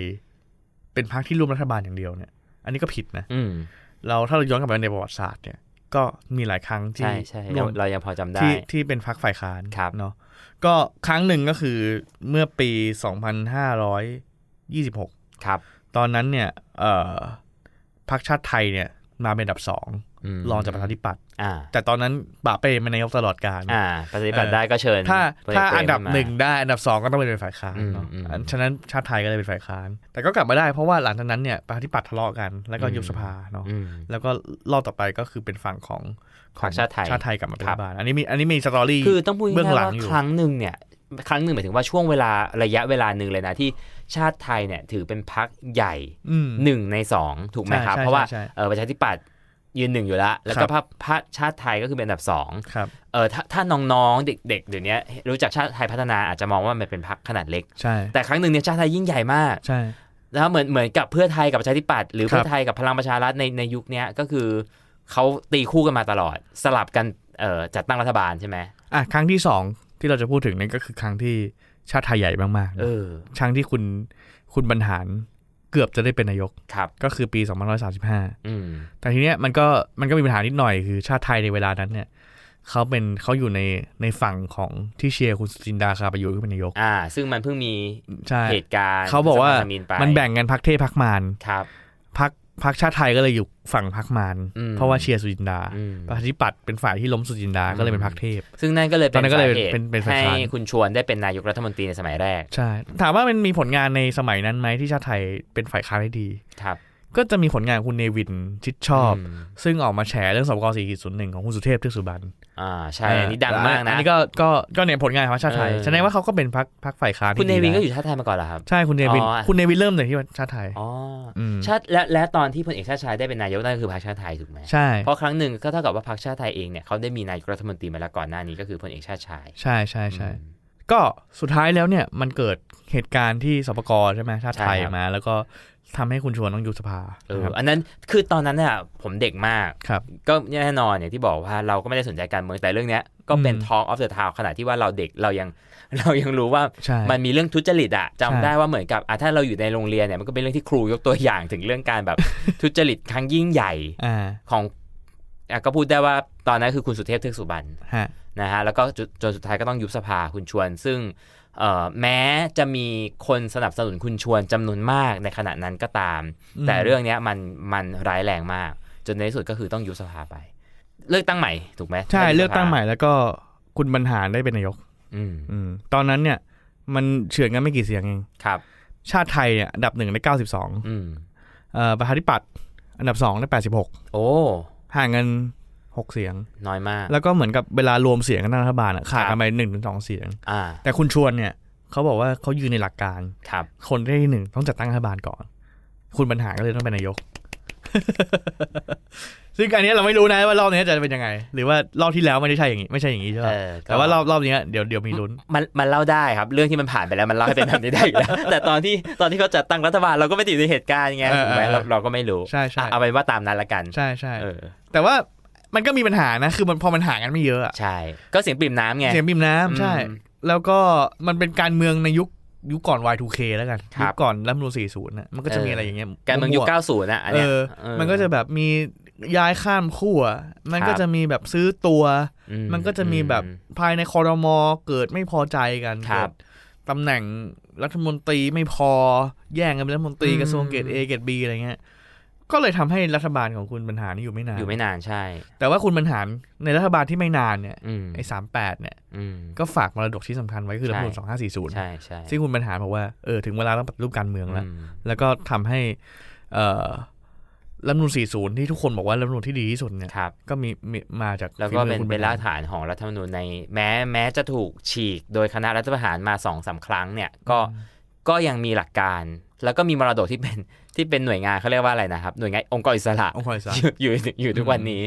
Speaker 2: เป็นพรรคที่ร่วมรัฐบาลอย่างเดียวเนี่ย อันนี้ก็ผิดนะ
Speaker 3: อืม
Speaker 2: เราถ้าเราย้อนกลับไปในประวัติศาสตร์เนี่ย ก็มีหลายครั้งที่
Speaker 3: ใช่ใช่
Speaker 2: ร่
Speaker 3: เรา
Speaker 2: วม
Speaker 3: เรายังพอจำได้
Speaker 2: ที่ที่เป็นพักฝ่ายค้าน
Speaker 3: ครับ
Speaker 2: เนาะก็ครั้งหนึ่งก็คือเมื่อปี 2526
Speaker 3: ครับ
Speaker 2: ตอนนั้นเนี่ยเอ่อพรรคชาติไทยเนี่ยมาเป็นอันดับสอง
Speaker 3: ม
Speaker 2: รองจากประชาธิปัตย์
Speaker 3: อ่า
Speaker 2: แต่ตอนนั้นป่าเปรมเป็นนายกตลอดการ
Speaker 3: อ่าปฏิบัติ
Speaker 2: เออ
Speaker 3: ได้ก็เชิญ
Speaker 2: ถ้า
Speaker 3: พลเก
Speaker 2: ถ้า
Speaker 3: เปรม
Speaker 2: อันดับ
Speaker 3: ขึ้มา
Speaker 2: หนึ่งได้อันดับสองก็ต้องเป็นฝ่ายค้านเนาะ
Speaker 3: อืมอืม
Speaker 2: อันฉะนั้นชาติไทยก็เลยเป็นฝ่ายค้าน แต่ก็กลับมาได้เพราะว่าหลังจากนั้นเนี่ยประชาธิปัตย์ทะเลาะกันแล้วก็ยุบสภาเนาะ
Speaker 3: อืม
Speaker 2: แล้วก็รอบต่อไปก็คือเป็นฝั่งของข
Speaker 3: พร
Speaker 2: อ
Speaker 3: รง คชาติไทย
Speaker 2: ชาติไทยกลับมาเป็น
Speaker 3: ค
Speaker 2: รั
Speaker 3: รั
Speaker 2: ฐ
Speaker 3: บ
Speaker 2: บาลอันนี้มีอันนี้มีสตอรี่
Speaker 3: คือต้องพูด
Speaker 2: เบื้อง
Speaker 3: ง่าย
Speaker 2: หลั
Speaker 3: ๆ
Speaker 2: ง
Speaker 3: ว่า
Speaker 2: อยู่
Speaker 3: ครั้งหนึ่งเนี่ย ครั้งหนึ่งหมายถึงว่าช่วงเวลาระยะเวลาหนึ่งเลยนะ ที่ชาติไทยเนี่ยถือเป็นพักใหญ่
Speaker 2: ม
Speaker 3: หนึ่งในสองถูกไหม
Speaker 2: ใช่
Speaker 3: ครับ
Speaker 2: ใช่
Speaker 3: เพราะว่า
Speaker 2: ใช่ใช่
Speaker 3: เอ่อประชาธิปัตย์ยืนหนึ่งอยู่แล้ว แล้ว
Speaker 2: ครั
Speaker 3: ก็
Speaker 2: บ
Speaker 3: พรรคพรรคชาติไทยก็คือเป็นอันดับสอง
Speaker 2: ครับ
Speaker 3: เออถ้าถ้าน้องๆเด็กๆเดี๋ยวนี้รู้จักชาติไทยพัฒนาอาจจะมองว่ามันเป็นพักขนาดเล็ก
Speaker 2: ใช่
Speaker 3: แต่ครั้งหนึ่งเนี่ยชาติไทยยิ่งใหญ่มาก
Speaker 2: ใช่
Speaker 3: แล้วเหมือนเหมือนกับเพื่อไทยกับประชาธิปัตย์หรื
Speaker 2: ค
Speaker 3: อ
Speaker 2: รับ
Speaker 3: เพื่อไทยกับพลังประชารัฐในในยุคเนี้ยก็คือเขาตีคู่กันมาตลอด สลับกันเอ่อจัดตั้งรัฐบาลใช่ไหม
Speaker 2: อ่ะครั้งที่สองที่เราจะพูดถึงนั่นก็คือครั้งที่ชาติไทยใหญ่มากๆ
Speaker 3: เออ
Speaker 2: ครั้งที่คุณคุณบรรหารเกือบจะได้เป็นนายก
Speaker 3: ครับ
Speaker 2: ก็คือปี 2535
Speaker 3: อืม
Speaker 2: แต่ทีเนี้ยมันก็มันก็มีปัญหานิดหน่อยคือชาติไทยในเวลานั้นเนี่ยเขาเป็นเขาอยู่ในในฝั่งของที่เชียร์คุณสุจินดาคาประยุทธ์ขึ้นเป็นนายก
Speaker 3: อ่า ซึ่งมันเพิ่งมี
Speaker 2: ใช่
Speaker 3: เหตุการณ์
Speaker 2: เขาบอกว่า
Speaker 3: สมนธมินไป
Speaker 2: มันแบ่งกันพักเทพพักมาร
Speaker 3: ครับ
Speaker 2: พักพักชาติไทยก็เลยอยู่ฝั่งพักมาร
Speaker 3: อืม
Speaker 2: เพราะว่าเชียร์สุจินดา
Speaker 3: อืม
Speaker 2: ประชาธิปัตย์เป็นฝ่ายที่ล้มสุจินดาก็เลยเป็นพักเทพ
Speaker 3: ซึ่งนั่นก็เลย
Speaker 2: ตอนนั้นก็เลย
Speaker 3: สาหตุ
Speaker 2: เป็นเป็นฝ่าย
Speaker 3: ให้
Speaker 2: ค้าน
Speaker 3: คุณชวนได้เป็นนายกรัฐมนตรีในสมัยแรก
Speaker 2: ใช่ ถามว่ามันมีผลงานในสมัยนั้นไหมที่ชาติไทยเป็นฝ่ายค้านได้ดี
Speaker 3: ครับ
Speaker 2: ก็จะมีผลงานคุณเนวินชิดชอบ
Speaker 3: ม
Speaker 2: ซึ่งออกมาแฉเรื่องสก4.01 ของคุณสุเทพเทือกสุบรรณ
Speaker 3: อ่า ใช่ อันนี้ดังมาก
Speaker 2: อั
Speaker 3: นะ
Speaker 2: นี้ก็ก็ก็เนี่ยผลงานของชาติไทย
Speaker 3: เออ
Speaker 2: แสดงว่าเขาก็เป็นพักพักฝ่ายค้านที่
Speaker 3: คุณเนวินก็
Speaker 2: ดีะ
Speaker 3: อยู่ชาติไทยมาก่อนเหรอครับ
Speaker 2: ใช่คุณเนวิน
Speaker 3: อ๋อ
Speaker 2: คุณเนวินเริ่มจากที่ชาติไทย
Speaker 3: อ๋ออ
Speaker 2: ม
Speaker 3: ชาติและและตอนที่พลเอกชาติชายได้เป็นนายกนั่นคือพรรคชาติไทยถูกไหม
Speaker 2: ใช่
Speaker 3: เพราะครั้งหนึ่งก็เท่ากับว่าพรรคชาติไทยเองเนี่ยเขาได้มีนายกรัฐมนตรีมาแล้วก่อนหน้านี้ก็คือพลเอกชาติชาย
Speaker 2: ใช่ใช่ใช่
Speaker 3: อืม
Speaker 2: ก็สุดท้ายแล้วเนี่ยมันเกิดเหตุการณ์ที่สปกรใช่ไหมชาติไทย
Speaker 3: ใช่ครับ
Speaker 2: มา แล้วก็ทำให้คุณชวนต้องยุบสภา
Speaker 3: เออ
Speaker 2: นะครับ
Speaker 3: อันนั้นคือตอนนั้นน่ะผมเด็กมาก
Speaker 2: ครับ
Speaker 3: ก็แน่นอนอย่างที่บอกว่าเราก็ไม่ได้สนใจการเมืองแต่เรื่องเนี้ยก็เป็น
Speaker 2: อืม
Speaker 3: Talk of the Town ขณะที่ว่าเราเด็กเรายังเรายังรู้ว่า
Speaker 2: ใช่
Speaker 3: มันมีเรื่องทุจริตอะจำ
Speaker 2: ใช่
Speaker 3: ได้ว่าเหมือนกับอ่ะถ้าเราอยู่ในโรงเรียนเนี่ยมันก็เป็นเรื่องที่ครูยกตัวอย่างถึงเรื่องการแบบ ทุจริตครั้งยิ่งใหญ่
Speaker 2: อ่า
Speaker 3: ของอ่ะก็พูดได้ว่าตอนนั้นคือคุณสุเทพเทือกสุบรรณ
Speaker 2: ฮะ
Speaker 3: นะฮะแล้วก็จจนสุดท้ายก็ต้องยุบสภาคุณชวน ซึ่งเอ่อแม้จะมีคนสนับสนุนคุณชวนจำนวนมากในขณะนั้นก็ตาม
Speaker 2: อืม
Speaker 3: แต่เรื่องเนี้ยมันมันร้ายแรงมาก จนในที่สุดก็คือต้องยุบสภาไป เลือกตั้งใหม่ถูกไหม
Speaker 2: ใช่
Speaker 3: ถ้ายุบสภา
Speaker 2: เลือกตั้งใหม่แล้วก็คุณบรรหารได้เป็นนายก
Speaker 3: อืม
Speaker 2: อืมตอนนั้นเนี่ยมันเฉือนกันไม่กี่เสียงเอง
Speaker 3: ครับ
Speaker 2: ชาติไทยเนี่ยอันดับหนึ่งได้เก้าสิบสอง
Speaker 3: อืม
Speaker 2: เอ่อประชาธิปัตย์อันดับสองได้แปดสิบหก
Speaker 3: โอ้
Speaker 2: ห่างกันหกเสียง
Speaker 3: น้อยมาก
Speaker 2: แล้วก็เหมือนกับเวลารวมเสียงกันตั้งรัฐบาลอะขาด
Speaker 3: ครั
Speaker 2: กับ นไปหนึ่งถึงสองเสียง
Speaker 3: อ่า
Speaker 2: แต่คุณชวนเนี่ยเขาบอกว่าเขายืนในหลักการ
Speaker 3: ครับ
Speaker 2: คนได้ที่หนึ่งต้องจัดตั้งรัฐบาลก่อน คุณบรรหารก็เลยต้องเป็นนายก ซึ่งอันเนี้ยเราไม่รู้นะว่ารอบเนี้ยจะเป็นยังไง หรือว่ารอบที่แล้วไม่ได้ใช่อย่างนี้ไม่ใช่อย่างนี้ใช่ปะ
Speaker 3: เออก็
Speaker 2: แต่ว่ารอบรอบเนี้ยเดี๋ยวเดี๋ยวมีลุ้น
Speaker 3: มันมันเล่าได้ครับ เรื่องที่มันผ่านไปแล้วมันเล่าให้เป็นแบบนี้ได้อยู่ แล้วแต่ตอนที่ตอนที่เขาจัดตั้งรัฐบาลเราก็ไม่ได้อยู่ในเหตุการณ์ไง
Speaker 2: เออ
Speaker 3: ถูกไหม
Speaker 2: เออ
Speaker 3: เราเราก็ไม่รู้
Speaker 2: ใช่ใช่
Speaker 3: อ่ะเอาเป็นว่าตามนั้นละกัน
Speaker 2: ใช่ใช่
Speaker 3: เออ
Speaker 2: แต่ว่ามันก็มีปัญหานะ คือมันพอมันห่างกันไม่เยอะอะ
Speaker 3: ใช่ ก็เสียงปริ่มน้ำไง
Speaker 2: เสียงบิมน้ำใช่
Speaker 3: อืม
Speaker 2: แล้วก็มันเป็นการเมืองในยุคยุคก่อน Y2K แล้วกัน
Speaker 3: ครับ
Speaker 2: ยุคก่อนรัฐธรรมนูล40นะมันก็จะมี
Speaker 3: เอออ
Speaker 2: อะไรอย่างเงี้ย
Speaker 3: การเมืองยุค
Speaker 2: วๆ
Speaker 3: 90นะอัน
Speaker 2: เอ
Speaker 3: เนี้ย
Speaker 2: อ
Speaker 3: เออ
Speaker 2: มันก็จะแบบมีย้ายข้ามขั้วมันก็
Speaker 3: ครับ
Speaker 2: จะมีแบบซื้อตัว
Speaker 3: อื
Speaker 2: มันก็จะมีแบบ
Speaker 3: อื
Speaker 2: ภายในคอรมอเกิดไม่พอใจกัน
Speaker 3: ครับ
Speaker 2: เกิดตำแหน่งรัฐมนตรีไม่พอแย่งกันเป็นรัฐมนตรีกระทรวงเกรดเอเกรดบีอะไรเงี้ย ก็เลยทำให้รัฐบาลของคุณบรรหารนี่อยู่ไม่นาน
Speaker 3: อยู่ไม่นานใช่
Speaker 2: แต่ว่าคุณบรรหารในรัฐบาลที่ไม่นานเนี่ย
Speaker 3: อืม
Speaker 2: ไอ้สามแปดเนี่ย
Speaker 3: อืม
Speaker 2: ก็ฝากมรดกที่สำคัญไว้คือรัฐธรรมนูล
Speaker 3: ใช่
Speaker 2: สองห้าสี่ศูนย์
Speaker 3: ใช่ใช่
Speaker 2: ซึ่งคุณบรรหารบอกว่าเออถึงเวลาต้องปฏิรูปการเมืองแล้ว
Speaker 3: อืม
Speaker 2: แล้วก็ทำให้เอ่อรัฐธรรมนูล40 ที่ทุกคนบอกว่ารัฐธรรมนูลที่ดีที่สุดเนี่ย
Speaker 3: ครับ
Speaker 2: ก็มีมีมาจาก
Speaker 3: แล้วก็
Speaker 2: ฝีมื
Speaker 3: เป็
Speaker 2: อน คุณ
Speaker 3: เป็น
Speaker 2: บ
Speaker 3: รา
Speaker 2: รหา
Speaker 3: ร ก
Speaker 2: ร
Speaker 3: ฐานของรัฐธรรมนูญในแม้แม้จะถูกฉีกโดยคณะรัฐประหารมาสองสามครั้งเนี่ยก็ก็ยังมีหลักการ แล้วก็มีมรดกที่เป็นที่เป็นหน่วยงานเขาเรียกว่าอะไรนะครับ หน่วยงานองค์กรอิสระ
Speaker 2: องค์กรอิสระ
Speaker 3: อยู่อยู่อยู่ทุกวันนี้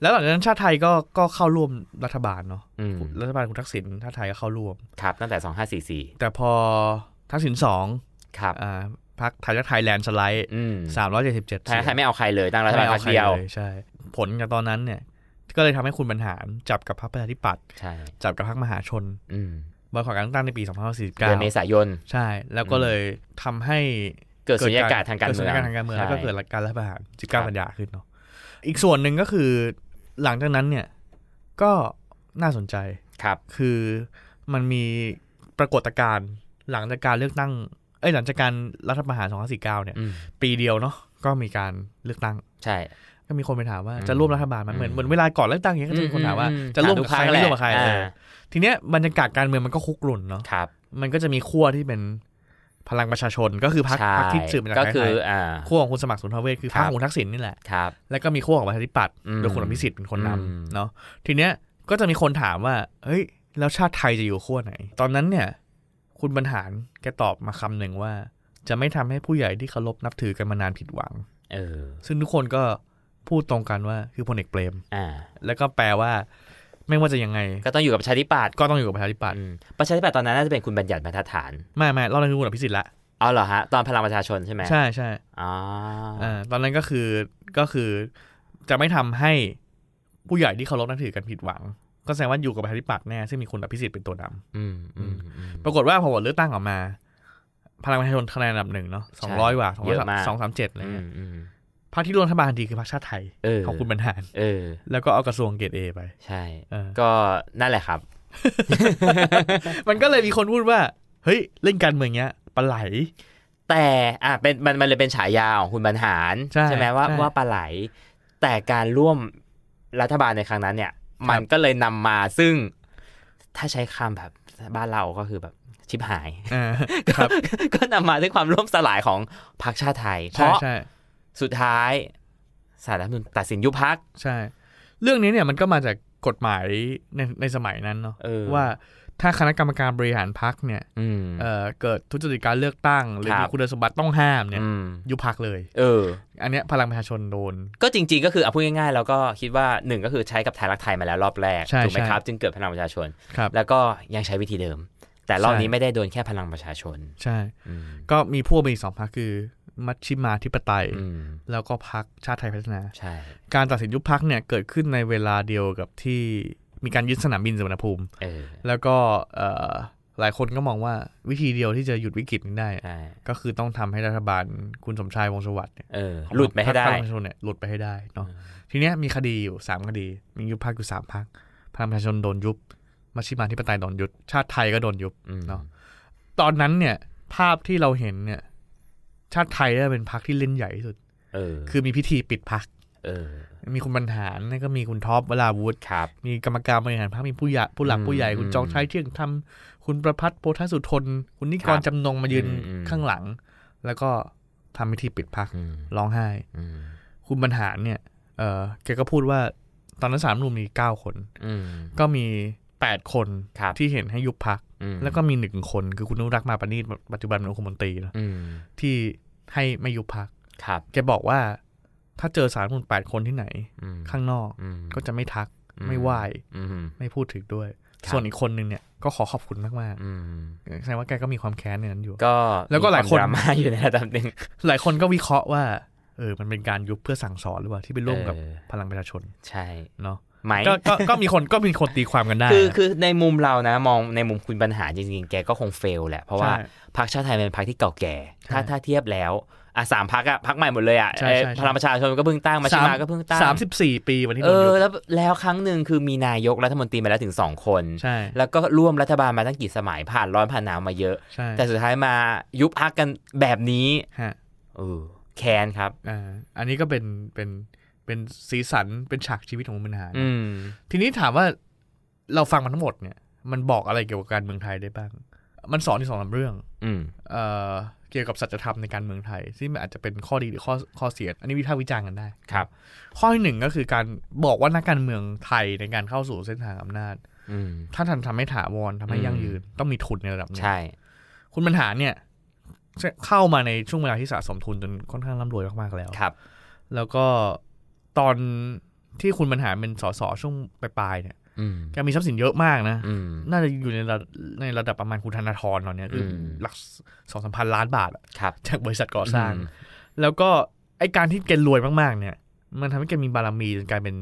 Speaker 2: แล้วหลังจากนั้นชาติไทยก็ก็เข้าร่วมรัฐบาลเนาะ
Speaker 3: อืม
Speaker 2: รัฐบาลคุณทักษิณชาติไทยก็เข้าร่วม
Speaker 3: ครับตั้งแต่ 2544
Speaker 2: แต่พอทักษิณสอง
Speaker 3: ครับ
Speaker 2: อ่าพรรคไทยรักไทยแลนด์สไลด์
Speaker 3: อืม
Speaker 2: สามร้อยเจ็ดสิบเจ็ด
Speaker 3: ไทยไทยไม่เอาใครเลยตั้งรัฐบาลพรรคเดียว
Speaker 2: ใช่ ผลจากตอนนั้นเนี่ย ก็เลยทำให้คุณบรรหารจับกับพรรคประชาธิปัตย์
Speaker 3: ใช่
Speaker 2: จับกับพรรคมหาชน
Speaker 3: อืม
Speaker 2: บอยคอรการเลือกตั้งในปี2 5 4 9
Speaker 3: เดือนเมษายน
Speaker 2: ใช่ แล้วก็
Speaker 3: อืม
Speaker 2: เลยทำให้
Speaker 3: เกิดสุญญากาศทางการ
Speaker 2: ด
Speaker 3: เมือง
Speaker 2: สุญญทางการเมือง แล้วก็
Speaker 3: ใช่
Speaker 2: เกิดการรัฐประหาร
Speaker 3: ครับ
Speaker 2: 19 กันยาขึ้นเนาะ อีกส่วนหนึ่งก็คือหลังจากนั้นเนี่ย ก็น่าสนใจ
Speaker 3: ครับ
Speaker 2: คือมันมีปรากฏการณ์หลังจากการเลือกตั้ง เอ้ยหลังจากการรัฐประหาร 2549 เนี่ย
Speaker 3: อืม
Speaker 2: ปีเดียวเนาะ ก็มีการเลือกตั้ง
Speaker 3: ใช่
Speaker 2: ก็มีคนไปถามว่า
Speaker 3: อืม
Speaker 2: จะร่วมรัฐบาลไหมเหมือน
Speaker 3: อืม
Speaker 2: เหมือนเวลาก่อนเลือกตั้งอย่างเงี้ยก็จะมีคนถามว่า
Speaker 3: อื
Speaker 2: จะร่วมกับใคร
Speaker 3: ถาทุ
Speaker 2: ไม่ร่วมกับใคร
Speaker 3: แหละ
Speaker 2: เอ
Speaker 3: อ่า
Speaker 2: อทีเนี้ยบรรยากาศการเมืองมันก็คุกรุ่นเนาะ
Speaker 3: ครับ
Speaker 2: มันก็จะมีขั้วที่เป็นพลังประชาชนก็คือพรรค
Speaker 3: ใช่
Speaker 2: พรรคที่สืบมาจาก
Speaker 3: ก็
Speaker 2: ไท
Speaker 3: คื
Speaker 2: ย
Speaker 3: ออ่า
Speaker 2: ขั้วของคุณสมัครสุนทรเวชคือพรรค
Speaker 3: ครับ
Speaker 2: ของทักษิณนี่แหละ
Speaker 3: ครับ
Speaker 2: แล้วก็มีขั้วของประชาธิปัตย์
Speaker 3: อืม
Speaker 2: โดยคุณอภิสิทธิ์เป็นคนน
Speaker 3: อืม
Speaker 2: ำเนาะทีเนี้ยก็จะมีคนถามว่า เฮ้ย แล้วชาติไทยจะอยู่ขั้วไหน ตอนนั้นเนี่ย คุณบรรหารแกตอบมาคำหนึ่งว่า จะไม่ทำให้ผู้ใหญ่ที่เคารพนับถือกันมานานผิดหวัง
Speaker 3: เออ
Speaker 2: ซึ่งทุกคนก็พูดตรงกันว่าคือพลเอกเปรม
Speaker 3: อ่า
Speaker 2: แล้วก็แปลว่า ไม่ว่าจะยังไง
Speaker 3: ก็ต้องอยู่กับประชาธิปัตย์
Speaker 2: ก็ต้องอยู่กับประชาธิปัตย์
Speaker 3: อืมประชาธิปัตย์ตอนนั้นน่าจะเป็นคุณบัญญัติบรรทัดฐาน
Speaker 2: ไม่ไม่เราเรียนคุณอภิสิทธิ์ละ
Speaker 3: เอาเหรอฮะ ตอนพลังประชาชนใช่ไหม
Speaker 2: ใช่ใช่
Speaker 3: อ๋อ
Speaker 2: อ่าตอนนั้นก็คือก็คือจะไม่ทำให้ผู้ใหญ่ที่เคารพนับถือกันผิดหวัง ก็แสดงว่าอยู่กับประชาธิปัตย์แน่ซึ่งมีคุณอภิสิทธิ์เป็นตัวนำ
Speaker 3: อืมอืมอืม
Speaker 2: ปรากฏว่าพอผลเลือกตั้งออกมา พลังประชาชนคะแนนอันดับหนึ่งเนาะสองร้อยกว่าสอง
Speaker 3: เยอะมาก
Speaker 2: สามเจ็ดอะไร
Speaker 3: อืม
Speaker 2: เงี้ย
Speaker 3: อืม
Speaker 2: พรรคที่ร่วมรัฐบาลทันทีคือพรรคชาติไทย
Speaker 3: เออ
Speaker 2: ของคุณบรรหาร
Speaker 3: เออ
Speaker 2: แล้วก็เอากระทรวงเกรดเอไป
Speaker 3: ใช่
Speaker 2: เออ
Speaker 3: ก็นั่นแหละครับ
Speaker 2: มันก็เลยมีคนพูดว่า เฮ้ยเล่นการเมืองเนี้ยปลาไหล
Speaker 3: แต่อ่ะเป็นมันมันเลยเป็นฉายาของคุณบรรหาร
Speaker 2: ใช่
Speaker 3: ไหมว่า
Speaker 2: ใช่
Speaker 3: ว่าปลาไหล แต่การร่วมรัฐบาลในครั้งนั้นเนี่ย มันก็เลยนำมาซึ่งถ้าใช้คำแบบบ้านเราก็คือแบบชิบหาย
Speaker 2: อ่าครับ
Speaker 3: ก็นำมาด้วยความร่วมสลายของพรรคชาติไทย เพ
Speaker 2: ใช่
Speaker 3: ราะ
Speaker 2: ใช่
Speaker 3: สุดท้ายสารรัฐธรรมนูญตัดสินยุบพัก
Speaker 2: ใช่ เรื่องนี้เนี่ยมันก็มาจากกฎหมายในในสมัยนั้นเนาะ
Speaker 3: เออ
Speaker 2: ว่าถ้าคณะกรรมการบริหารพักเนี่ย
Speaker 3: อืม
Speaker 2: เอ่อเกิดทุจริตการเลือกตั้ง หรือ
Speaker 3: ครับ
Speaker 2: มีคุณสมบัติต้องห้ามเนี่ย
Speaker 3: อืม
Speaker 2: ยุบพักเลย
Speaker 3: เออ
Speaker 2: อันเนี้ยพลังประชาชนโดน
Speaker 3: ก็จริง ๆ ก็คือเอาพูดง่ายๆ แล้วก็คิดว่าหนึ่งก็คือใช้กับไทยรักไทยมาแล้วรอบแรก
Speaker 2: ใช่
Speaker 3: ถูกไหม
Speaker 2: ใช่
Speaker 3: ครับ จึงเกิดพลังประชาชน
Speaker 2: ครับ
Speaker 3: แล้วก็ยังใช้วิธีเดิม แต่รอบ
Speaker 2: ใช่
Speaker 3: นี้ไม่ได้โดนแค่พลังประชาชน
Speaker 2: ใช่
Speaker 3: อืม
Speaker 2: ก็มีพวกมีสองพักคือ มัชชิมาธิปไตย
Speaker 3: อืม
Speaker 2: แล้วก็พักชาติไทยพัฒนา
Speaker 3: ใช่
Speaker 2: การตัดสินยุบพักเนี่ยเกิดขึ้นในเวลาเดียวกับที่มีการยึดสนามบินสุวรรณภูมิ
Speaker 3: เออ
Speaker 2: แล้วก็เอ่อหลายคนก็มองว่าวิธีเดียวที่จะหยุดวิกฤตนี้ได้
Speaker 3: ใช่
Speaker 2: ก็คือต้องทำให้รัฐบาลคุณสมชายวงศ์สวัสดิ์เนี่ย
Speaker 3: เออหลุดไปให้ได้
Speaker 2: พรรคพลังประชาชนเนี่ยหลุดไปให้ได้เนาะทีเนี้ยมีคดีอยู่สามคดี มียุบพักอยู่สามพักพลังประชาชนโดนยุบมัชชิมาธิปไตยโดนยุบชาติไทยก็โดนยุบ
Speaker 3: อืม
Speaker 2: เนาะ ตอนนั้นเนี่ยภาพที่เราเห็นเนี่ย ชาติไทยเนี่ยเป็นพักที่เล่นใหญ่ที่สุด
Speaker 3: เออ
Speaker 2: คือมีพิธีปิดพัก
Speaker 3: เออ
Speaker 2: มีคุณบรรหารแล้วก็มีคุณท็อปวราวุธ
Speaker 3: ครับ
Speaker 2: มีกรรมการบริหารพรรคมีผู้ใหญ่ผู้หลัก
Speaker 3: อืม
Speaker 2: ผู้ใหญ่คุณ
Speaker 3: อืม
Speaker 2: จองชัยเที่ยงธรรมคุณประพัฒน์โพธสุทน คุณนิกร
Speaker 3: ครับ
Speaker 2: จำนงมายืน
Speaker 3: อืมอืม
Speaker 2: ข้างหลัง แล้วก็ทำพิธีปิดพัก
Speaker 3: อืม
Speaker 2: ร้องไห้
Speaker 3: อืม
Speaker 2: คุณบรรหารเนี่ยเออแกก็พูดว่าตอนนั้นสามหนุ่มมีเก้าคน
Speaker 3: อืม
Speaker 2: ก็มีแปดคน
Speaker 3: ครับ
Speaker 2: ที่เห็นให้ยุบพัก
Speaker 3: อืม
Speaker 2: แล้วก็มีหนึ่งคนคือคุณอนุรักษ์มาปณีตปัจจุบันเป็นองคมนตรีนะ
Speaker 3: อืม
Speaker 2: ที่ให้ไม่ยุบพัก
Speaker 3: ครับ
Speaker 2: แกบอกว่าถ้าเจอสารมูลแปดคนที่ไหน
Speaker 3: อืม
Speaker 2: ข้างนอก
Speaker 3: อืม
Speaker 2: ก็จะไม่ทัก
Speaker 3: อื
Speaker 2: ไม่ไหว
Speaker 3: อืม
Speaker 2: ไม่พูดถึงด้วย
Speaker 3: ครับ
Speaker 2: ส่วนอีกคนนึงเนี่ยก็ขอขอบคุณมากมาก
Speaker 3: อืม
Speaker 2: ๆแสดงว่าแกก็มีความแค้นในนั้นอยู่
Speaker 3: ก็
Speaker 2: แล้วก็หลาย
Speaker 3: มี
Speaker 2: คน
Speaker 3: ดราม่าอยู่ในระดับหนึ่ง
Speaker 2: หลายคนก็วิเคราะห์ว่า เออ มันเป็นการยุบเพื่อสั่งสอนหรือเปล่าที่ไปร่วมกับ
Speaker 3: เออ
Speaker 2: พลังประชาชน
Speaker 3: ใช่
Speaker 2: เนาะ
Speaker 3: ไหม
Speaker 2: ก็ก็ก็มีคนก็มีคนตีความกันได้
Speaker 3: คือ
Speaker 2: นะ
Speaker 3: คือในมุมเรานะมองในมุมคุณปัญหาจริงๆ แกก็คงเฟลแหละ เพราะว่า
Speaker 2: ใช่
Speaker 3: พรรคชาติไทยเป็นพรรคที่เก่าแก่
Speaker 2: ใช่
Speaker 3: ถ้าถ้าเทียบแล้วอ่ะสามพรรคอะพรรคใหม่หมดเลยอะ
Speaker 2: ใช่
Speaker 3: เอ่อ
Speaker 2: ใช่ใช่
Speaker 3: พลังประชาชนก็เพิ่งตั้งมาชิมาก็เพิ่งตั้ง
Speaker 2: สามสิบสี่ปีวันที่
Speaker 3: เอ
Speaker 2: โดน
Speaker 3: อ
Speaker 2: ยุบ
Speaker 3: แล้วแล้วครั้งหนึ่งคือมีนายกรัฐมนตรีมาแล้วถึงสองคน
Speaker 2: ใช่
Speaker 3: แล้วก็ร่วมรัฐบาลมาตั้งกี่สมัยผ่านร้อนผ่านหนาวมาเยอะ
Speaker 2: ใช่
Speaker 3: แต่สุดท้ายมายุบพักกันแบบนี้
Speaker 2: ฮะ
Speaker 3: เออแคนครับ
Speaker 2: อ่าอันนี้ก็เป็นเป็นเป็นสีสันเป็นฉากชีวิตของคุณปัญหานะ
Speaker 3: อืม
Speaker 2: ทีนี้ถามว่าเราฟังมันทั้งหมดเนี่ย มันบอกอะไรเกี่ยวกับการเมืองไทยได้บ้าง มันสอนที่สองสามเรื่อง
Speaker 3: อืม
Speaker 2: เอ่อเกี่ยวกับสัจธรรมในการเมืองไทย ซึ่งมันอาจจะเป็นข้อดีหรือข้อข้อเสีย อันนี้วิพากษ์วิจารณ์กันได้
Speaker 3: ครับ
Speaker 2: ข้อที่หนึ่งก็คือการบอกว่านักการเมืองไทยในการเข้าสู่เส้นทางอำนาจ
Speaker 3: อืม
Speaker 2: ถ้าทันทำให้ถาวรทำให้
Speaker 3: อืม
Speaker 2: ยั่งยืน ต้องมีทุนในระดับหนึง
Speaker 3: ใช่
Speaker 2: คุณบรรหารเนี่ยเข้ามาในช่วงเวลาที่สะสมทุนจนค่อนข้างร่ำรวยมากๆแล้ว
Speaker 3: ครับ
Speaker 2: แล้วก็ตอนที่คุณบรรหารเป็นสสช่วงปลายๆเนี่ย
Speaker 3: อืม
Speaker 2: แกมีทรัพย์สินเยอะมากนะ
Speaker 3: อืม
Speaker 2: น่าจะอยู่ในระในระดับประมาณคุณธนาธรตอนเนี้ยคืออ
Speaker 3: ม
Speaker 2: หลักสองสามพันล้านบาทอะ
Speaker 3: ครับ
Speaker 2: จากบริษัทก่อสร้าง แล้วก็ไอการที่แกรวยมากๆ เนี่ย มันทำให้แกมีบารมีจนกลายเป็น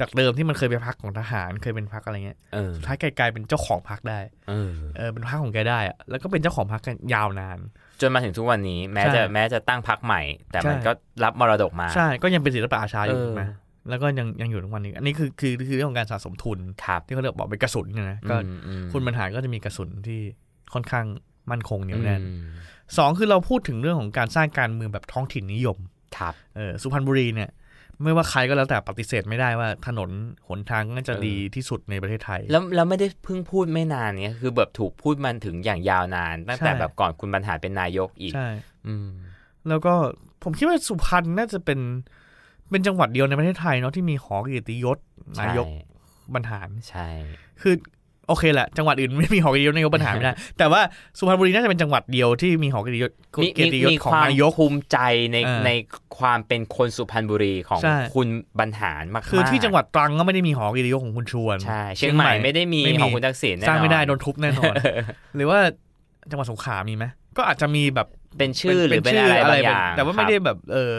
Speaker 2: จากเดิมที่มันเคยเป็นพักของทหารเคยเป็นพักอะไรเงี้ย
Speaker 3: เออ
Speaker 2: สุดท้ายแกกลายเป็นเจ้าของพักได้
Speaker 3: เออ
Speaker 2: เออเป็นพักของแกได้อะแล้วก็เป็นเจ้าของพักกันยาวนาน
Speaker 3: จนมาถึงทุกวันนี้แม้
Speaker 2: ใช่
Speaker 3: จะแม้จะตั้งพักใหม่ แต่มัน
Speaker 2: ใช่
Speaker 3: ก็รับมรดกมา
Speaker 2: ใช่ก็ยังเป็นศิลปะอาชาอยู่
Speaker 3: เออ
Speaker 2: ถูกไหมแล้วก็ยังยังอยู่ทุกวันนี้ อันนี้คือคือคือเรื่องของการสะสมทุน
Speaker 3: ครับ
Speaker 2: ที่เขาเรียกบอกเป็นกระสุนเนี่ยนะก็
Speaker 3: อืมอื
Speaker 2: คุณบรรหารก็จะมีกระสุนที่ค่อนข้างมั่นคงเหนียวแน่น
Speaker 3: อืม
Speaker 2: สองคือเราพูดถึงเรื่องของการสร้างการเมืองแบบท้องถิ่นนิยม
Speaker 3: ครับ
Speaker 2: เออสุพรรณบุรีเนี่ยไม่ว่าใครก็แล้วแต่ปฏิเสธไม่ได้ว่าถนนหนทางน่าจะ
Speaker 3: เออ
Speaker 2: ดีที่สุดในประเทศไทย
Speaker 3: แล้วแล้วไม่ได้เพิ่งพูดไม่นานเนี้ยคือแบบถูกพูดมันถึงอย่างยาวนาน ตั้งแต่
Speaker 2: ใช่
Speaker 3: แบบก่อนคุณบรรหารเป็นนายกอีก
Speaker 2: ใช่
Speaker 3: อืม
Speaker 2: แล้วก็ผมคิดว่าสุพรรณน่าจะเป็นเป็นจังหวัดเดียวในประเทศไทยเนาะที่มีหอเกียรติยศนายก
Speaker 3: ใช่
Speaker 2: บรรหาร
Speaker 3: ใช่
Speaker 2: คือโอเคแหละจังหวัดอื่นไม่มีหอเกียรติยศนายกบรรหารไม่ได้ แต่ว่าสุพรรณบุรีน่าจะเป็นจังหวัดเดียวที่มีหอเกียรติยศ
Speaker 3: มี
Speaker 2: เกียรติยศ
Speaker 3: มี
Speaker 2: ของ
Speaker 3: ความ
Speaker 2: นายก
Speaker 3: ภูมิใจใน
Speaker 2: เออ
Speaker 3: ในความเป็นคนสุพรรณบุรีของ
Speaker 2: ใช่
Speaker 3: คุณบรรหารมากๆ
Speaker 2: คือที่จังหวัดตรังก็ไม่ได้มีหอเกียรติยศของคุณชวน
Speaker 3: ใช่เชียงใหม่ไม่ได้มี
Speaker 2: ไม่มี
Speaker 3: ของคุณทักษิณแน่นอน
Speaker 2: สร้างไม่ได้โดนทุบแน่นอน หรือว่าจังหวัดสงขลามีไหมก็อาจจะมีแบบ
Speaker 3: เป็นชื่อหรือเป็นอะไรบางอย่าง
Speaker 2: แต่ว่าไม่ได้แบบเออ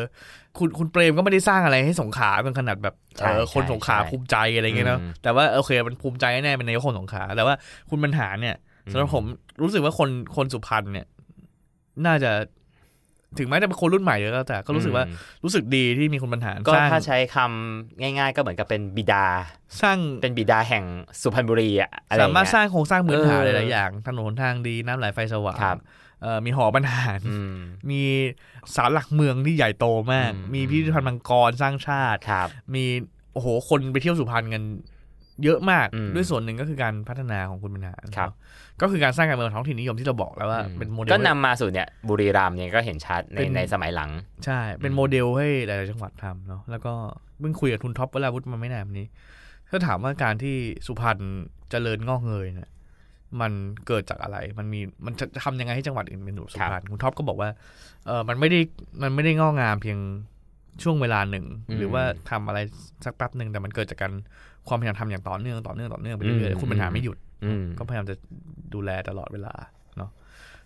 Speaker 2: คุณคุณเปรมก็ไม่ได้สร้างอะไรให้สงขลาเป็นขนาดแบบ
Speaker 3: ใช่
Speaker 2: เออคน
Speaker 3: ใช่
Speaker 2: สงขลา
Speaker 3: ใช่
Speaker 2: ภูมิใจอะไรเงี้ยเนาะ
Speaker 3: อืม
Speaker 2: แต่ว่าโอเคมันภูมิใจแน่เป็นนายกคนสงขลาแต่ว่าคุณบรรหารเนี่ยสำหรับ
Speaker 3: อืม
Speaker 2: ผมรู้สึกว่าคนคนสุพรรณเนี่ย น่าจะถึงแม้จะเป็นคนรุ่นใหม่ก็แล้วแต่ก็รู้สึกว่า
Speaker 3: อืม
Speaker 2: รู้สึกดีที่มีคุณบรรหาร
Speaker 3: ก็
Speaker 2: สร้าง
Speaker 3: ถ้าใช้คำง่าย ๆ ก็เหมือนกับเป็นบิดา
Speaker 2: สร้าง
Speaker 3: เป็นบิดาแห่งสุพรรณบุรีอะอะไร
Speaker 2: สามารถส
Speaker 3: อย่เย
Speaker 2: ร้างโครงสร้างพื้นฐาน
Speaker 3: เอ
Speaker 2: ห
Speaker 3: อ
Speaker 2: ลายๆอย่างถนนหนทางดีน้ำไหลไฟสว่าง
Speaker 3: ครับ
Speaker 2: เอ่อมีหอบรรหาร
Speaker 3: อืม
Speaker 2: มีศาลหลักเมืองที่ใหญ่โตมาก
Speaker 3: อืม
Speaker 2: มีพิพิธภัณฑ์มังกรสร้างชาติ
Speaker 3: ครับ
Speaker 2: มีโอ้โหคนไปเที่ยวสุพรรณกันเยอะมาก
Speaker 3: อืม
Speaker 2: ด้วยส่วนหนึ่งก็คือการพัฒนาของคุณบรรหาร
Speaker 3: ครับ
Speaker 2: ก็คือการสร้างการเมืองท้องถิ่นนิยมที่เราบอกแล้วว่า
Speaker 3: อืม
Speaker 2: เป็นโมเดล
Speaker 3: ก็นำมาสู่เนี่ยบุรีรัมย์เนี่ยก็เห็นชัดใน
Speaker 2: เป็น
Speaker 3: ในสมัยหลัง
Speaker 2: ใช่ เป็นโมเดลให้หลายๆจังหวัดทำเนาะแล้วก็เพิ่งคุยกับทุนท็อปวราวุธมาไม่นานมานี้ ถ้าถามว่าการที่สุพรรณเจริญงอกเงยเนี่ยมันเกิดจากอะไร มันมีมันจะทำยังไงให้จังหวัดอื่นเป็นแบบสุพรรณคุณท็อปก็บอกว่าเออมันไม่ได้มันไม่ได้งอกงามเพียงช่วงเวลาหนึ่ง
Speaker 3: อืม
Speaker 2: หรือว่าทำอะไรสักแป๊บหนึ่งแต่มันเกิดจากการความพยายามทำอย่างต่อเนื่องต่อเนื่องต่อเนื่องไปเรื่อย
Speaker 3: อืม
Speaker 2: ๆคุณปัญหา
Speaker 3: อืม
Speaker 2: ไม่หยุด
Speaker 3: อืม
Speaker 2: ก็พยายามจะดูแลตลอดเวลาเนาะ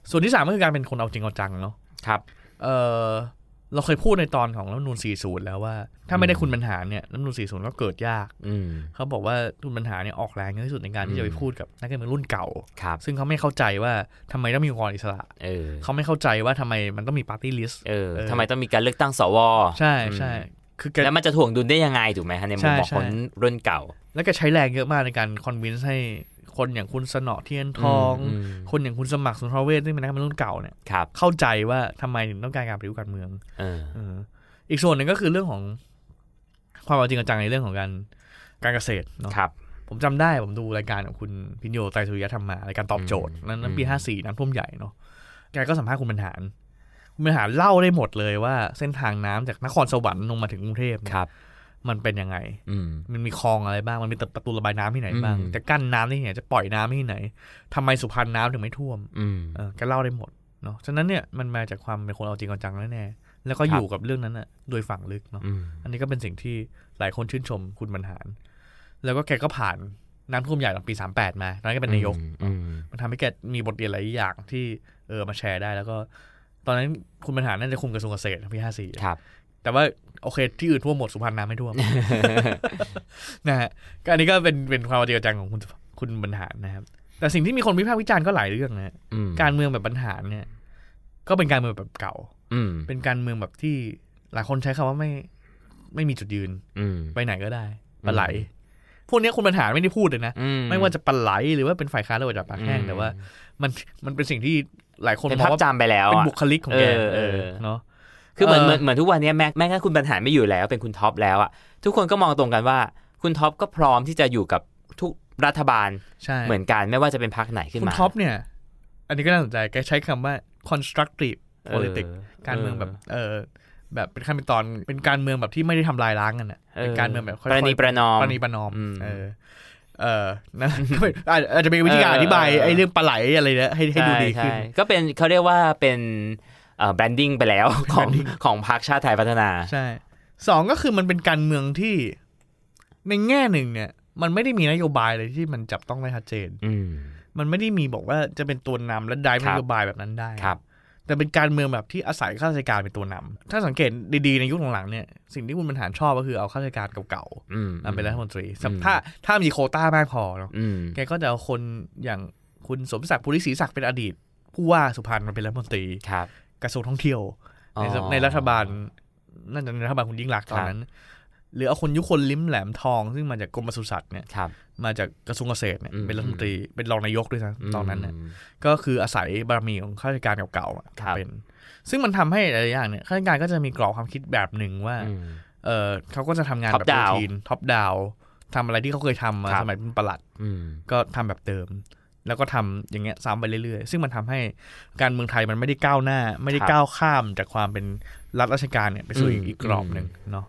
Speaker 2: ส่วนที่สามก็คือการเป็นคนเอาจริงเอาจังเนาะ
Speaker 3: ครับ
Speaker 2: เออเราเคยพูดในตอนของรัฐธรรมนูน40 แล้วว่า ถ้าไม่ได้คุณบรรหารเนี่ยรัฐธรรมนูน40 ก็เกิดยาก
Speaker 3: อืม
Speaker 2: เขาบอกว่าคุณบรรหารเนี่ยออกแรงเยอะที่สุดในการที่จะไป
Speaker 3: อืม
Speaker 2: พูดกับนักการเมืองรุ่นเก่า
Speaker 3: ครับ
Speaker 2: ซึ่งเขาไม่เข้าใจว่าทำไมต้องมีองค์กรอิสระ
Speaker 3: เออ
Speaker 2: เขาไม่เข้าใจว่าทำไมมันต้องมีปาร์ตี้ลิสต์
Speaker 3: เออ
Speaker 2: เออ
Speaker 3: ทำไมต้องมีการเลือกตั้งสว
Speaker 2: ใช่ใช่คือแก
Speaker 3: แล้วมันจะถ่วงดุลได้ยังไงถูกไหมฮะในมุมมอ
Speaker 2: ใช่
Speaker 3: ง
Speaker 2: ใช่
Speaker 3: คนรุ่นเก่า
Speaker 2: แล้วแกใช้แรงเยอะมากในการคอนวินส์ให้คนอย่างคุณสนอเทียนทอง
Speaker 3: มม
Speaker 2: คนอย่างคุณสมัครสุนทรเวชที่งเป็นนักการเมืองรุ่นเก่าเนี่ย
Speaker 3: ครับ
Speaker 2: เข้าใจว่าทำไมถึงต้องการการปฏิรูปการเมือง
Speaker 3: เออ
Speaker 2: เอออีกส่วนหนึ่งก็คือเรื่องของความเอาจริงเอาจังในเรื่องของการการเกษตรเนาะ
Speaker 3: ครับ
Speaker 2: ผมจำได้ผมดูรายการของคุณพิญโยไตรสุริยะทำมารายการตอบโจทย์
Speaker 3: อืม
Speaker 2: นั้นนั้นปี
Speaker 3: อืม
Speaker 2: ห้าสี่น้ำท่วมใหญ่เนาะแกก็สัมภาษณ์คุณบรรหารคุณบรรหารเล่าได้หมดเลยว่าเส้นทางน้ำจากนครสวรรค์ลงมาถึงกรุงเทพเนี่ย
Speaker 3: ครับ
Speaker 2: มันเป็นยังไง
Speaker 3: อืม
Speaker 2: มันมีคลองอะไรบ้าง มันมีประตูระบายน้ำที่ไหนบ้าง
Speaker 3: อืม
Speaker 2: จะกั้นน้ำที่ไหน จะปล่อยน้ำที่ไหน ทำไมสุพรรณน้ำถึงไม่ท่วม
Speaker 3: อืม
Speaker 2: เออแกเล่าได้หมดเนาะ ฉะนั้นเนี่ยมันมาจากความเป็นคนเอาจริงเอาจังแน่ๆแล้วก็
Speaker 3: ครับ
Speaker 2: อยู่กับเรื่องนั้นอ่ะโดยฝั่งลึกเนาะ
Speaker 3: อืม
Speaker 2: อันนี้ก็เป็นสิ่งที่หลายคนชื่นชมคุณบรรหาร แล้วก็แกก็ผ่านน้ำท่วมใหญ่ตอนปี 38 มา ตอนนั้นก็เป็นนายก
Speaker 3: อืม
Speaker 2: มันทำให้แกมีบทเรียนหลายอย่างที่เออมาแชร์ได้ แล้วก็ ตอนนั้นคุณบรรหารน่าจะคุมกระทรวงเกษตรปี54
Speaker 3: ครับ
Speaker 2: แต่ว่าโอเคที่อื่นท่วมหมดสุพรรณน้ำไม่ท่ว ม นะฮะก็อันนี้ก็เป็นเป็นความเอาจริงเอาจังของคุณคุณบรรหารนะครับ แต่สิ่งที่มีคนวิพากษ์วิจารณ์ก็หลายเรื่องนะฮะ
Speaker 3: อืม
Speaker 2: การเมืองแบบบรรหารเนี่ย ก็เป็นการเมืองแบบเก่า
Speaker 3: อืม
Speaker 2: เป็นการเมืองแบบที่หลายคนใช้คำว่าไม่ไม่มีจุดยืน
Speaker 3: อืม
Speaker 2: ไปไหนก็ได้ปลาไหล
Speaker 3: อืม
Speaker 2: พวกเนี้ยคุณบรรหารไม่ได้พูดเลยนะ
Speaker 3: อื
Speaker 2: ไม่ว่าจะปลาไหลหรือว่าเป็นฝ่ายค้านหรือว่าจะปากแห้งแต่ว่า มันมันเป็นสิ่งที่หลายคน
Speaker 3: เป็น
Speaker 2: มอ
Speaker 3: ภาง พ
Speaker 2: ว่า
Speaker 3: จำไปแล้ว
Speaker 2: เป็น
Speaker 3: อะ
Speaker 2: บุคลิกของแก
Speaker 3: เออ
Speaker 2: เออ
Speaker 3: เออ
Speaker 2: เนาะ
Speaker 3: คือเหมือน
Speaker 2: เอ่อ
Speaker 3: เหมือนเหมือนทุกวันนี้แม้แม้กระทั่งคุณบรรหารไม่อยู่แล้ว เป็นคุณท็อปแล้วอ่ะทุกคนก็มองตรงกันว่า คุณท็อปก็พร้อมที่จะอยู่กับทุกรัฐบาล
Speaker 2: ใช่
Speaker 3: เหมือนกันไม่ว่าจะเป็นพรรคไหนขึ้น
Speaker 2: คุณ
Speaker 3: มา
Speaker 2: ท็อปเนี่ย อันนี้ก็น่าสนใจ แกใช้คำว่า constructive politics
Speaker 3: เออ
Speaker 2: การเมืองแบบ เออแบบเป็นขั้นเป็นตอน เป็นการเมืองแบบที่ไม่ได้ทำลายล้างกันอ่ะ
Speaker 3: เออ
Speaker 2: เป็นการเมืองแบบค่อยๆ
Speaker 3: ประนีประนอม
Speaker 2: ประนีประนอม
Speaker 3: อืม
Speaker 2: เออ เออนะ ก็เป็นอาจอาจจะเป็นวิธีการ
Speaker 3: เอ
Speaker 2: อ
Speaker 3: ออ
Speaker 2: ธิบายไอ้เรื่องปลาไหลอะไรเนี่ยให้ให้ดู
Speaker 3: ช่
Speaker 2: ดีขึ้น
Speaker 3: ใช่ก็เป็นเขาเรียกว่าเป็นเอ่อแบรนดิ้งไป แล้วของ
Speaker 2: branding
Speaker 3: ของพรรคชาติไทยพัฒนา
Speaker 2: ใช่ สองก็คือมันเป็นการเมืองที่ ในแง่หนึ่งเนี่ย มันไม่ได้มีนโยบายเลยที่มันจับต้องได้ชัดเจน
Speaker 3: อืม
Speaker 2: มันไม่ได้มีบอกว่าจะเป็นตัวนำและได้
Speaker 3: ครั
Speaker 2: น
Speaker 3: บ
Speaker 2: โยบายแบบนั้นได้
Speaker 3: ครับ
Speaker 2: แต่เป็นการเมืองแบบที่อาศัยข้าราชการเป็นตัวนำ ถ้าสังเกตดีๆ ในยุคหลังๆเนี่ย สิ่งที่คุณบรรหารชอบก็คือเอาข้าราชการเก่า
Speaker 3: อืม
Speaker 2: ๆมาเป็นรัฐมนตรี
Speaker 3: อืม
Speaker 2: ถ้าถ้ามีโควต้ามากพอเนาะ
Speaker 3: อืม
Speaker 2: แกก็จะเอาคนอย่างคุณสมศักดิ์ภูริศรีศักดิ์เป็นอดีต ผู้ว่าสุพรรณมาเป็นรัฐมนตรี
Speaker 3: ครับ
Speaker 2: กระทรวงท่องเที่ยว ในสม
Speaker 3: อ๋อ
Speaker 2: ในรัฐบาลน่าจะในรัฐบาลคุณยิ่งรักษณ์ตอน
Speaker 3: ครับ
Speaker 2: นั้น หรือเอาคนยุคนลิ้มแหลมทองซึ่งมาจากกรมปศุสัตว์เนี่ย
Speaker 3: ครับ
Speaker 2: มาจากกระทรวงเกษตรเนี่ย
Speaker 3: อืม
Speaker 2: เป็นรัฐมนตรี เป็นรองนายกด้วยนะตอนนั้นเนี่ย
Speaker 3: ม
Speaker 2: ก็คืออาศัยบารมีของข้าราชการเก่าๆอะ
Speaker 3: ครับ
Speaker 2: เป็น ซึ่งมันทำให้หลายๆอย่างเนี่ยข้าราชการก็จะมีกรอบความคิดแบบหนึ่งว่า
Speaker 3: อืม
Speaker 2: เออเขาก็จะทำงาน
Speaker 3: Top
Speaker 2: แบบรู
Speaker 3: down
Speaker 2: ทีนท็อปดาวทำอะไรที่เขาเคยทำมา
Speaker 3: ครับ
Speaker 2: สมัยเป็นประหลัด
Speaker 3: อืม
Speaker 2: ก็ทำแบบเดิม แล้วก็ทำอย่างเงี้ยซ้ำไปเรื่อยๆ ซึ่งมันทำให้การเมืองไทยมันไม่ได้ก้าวหน้า ไม่ได้
Speaker 3: ครับ
Speaker 2: ก้าวข้ามจากความเป็นรัฐราชการเนี่ยไปสู่
Speaker 3: อืม
Speaker 2: อีกกรอบหนึ่งเนาะ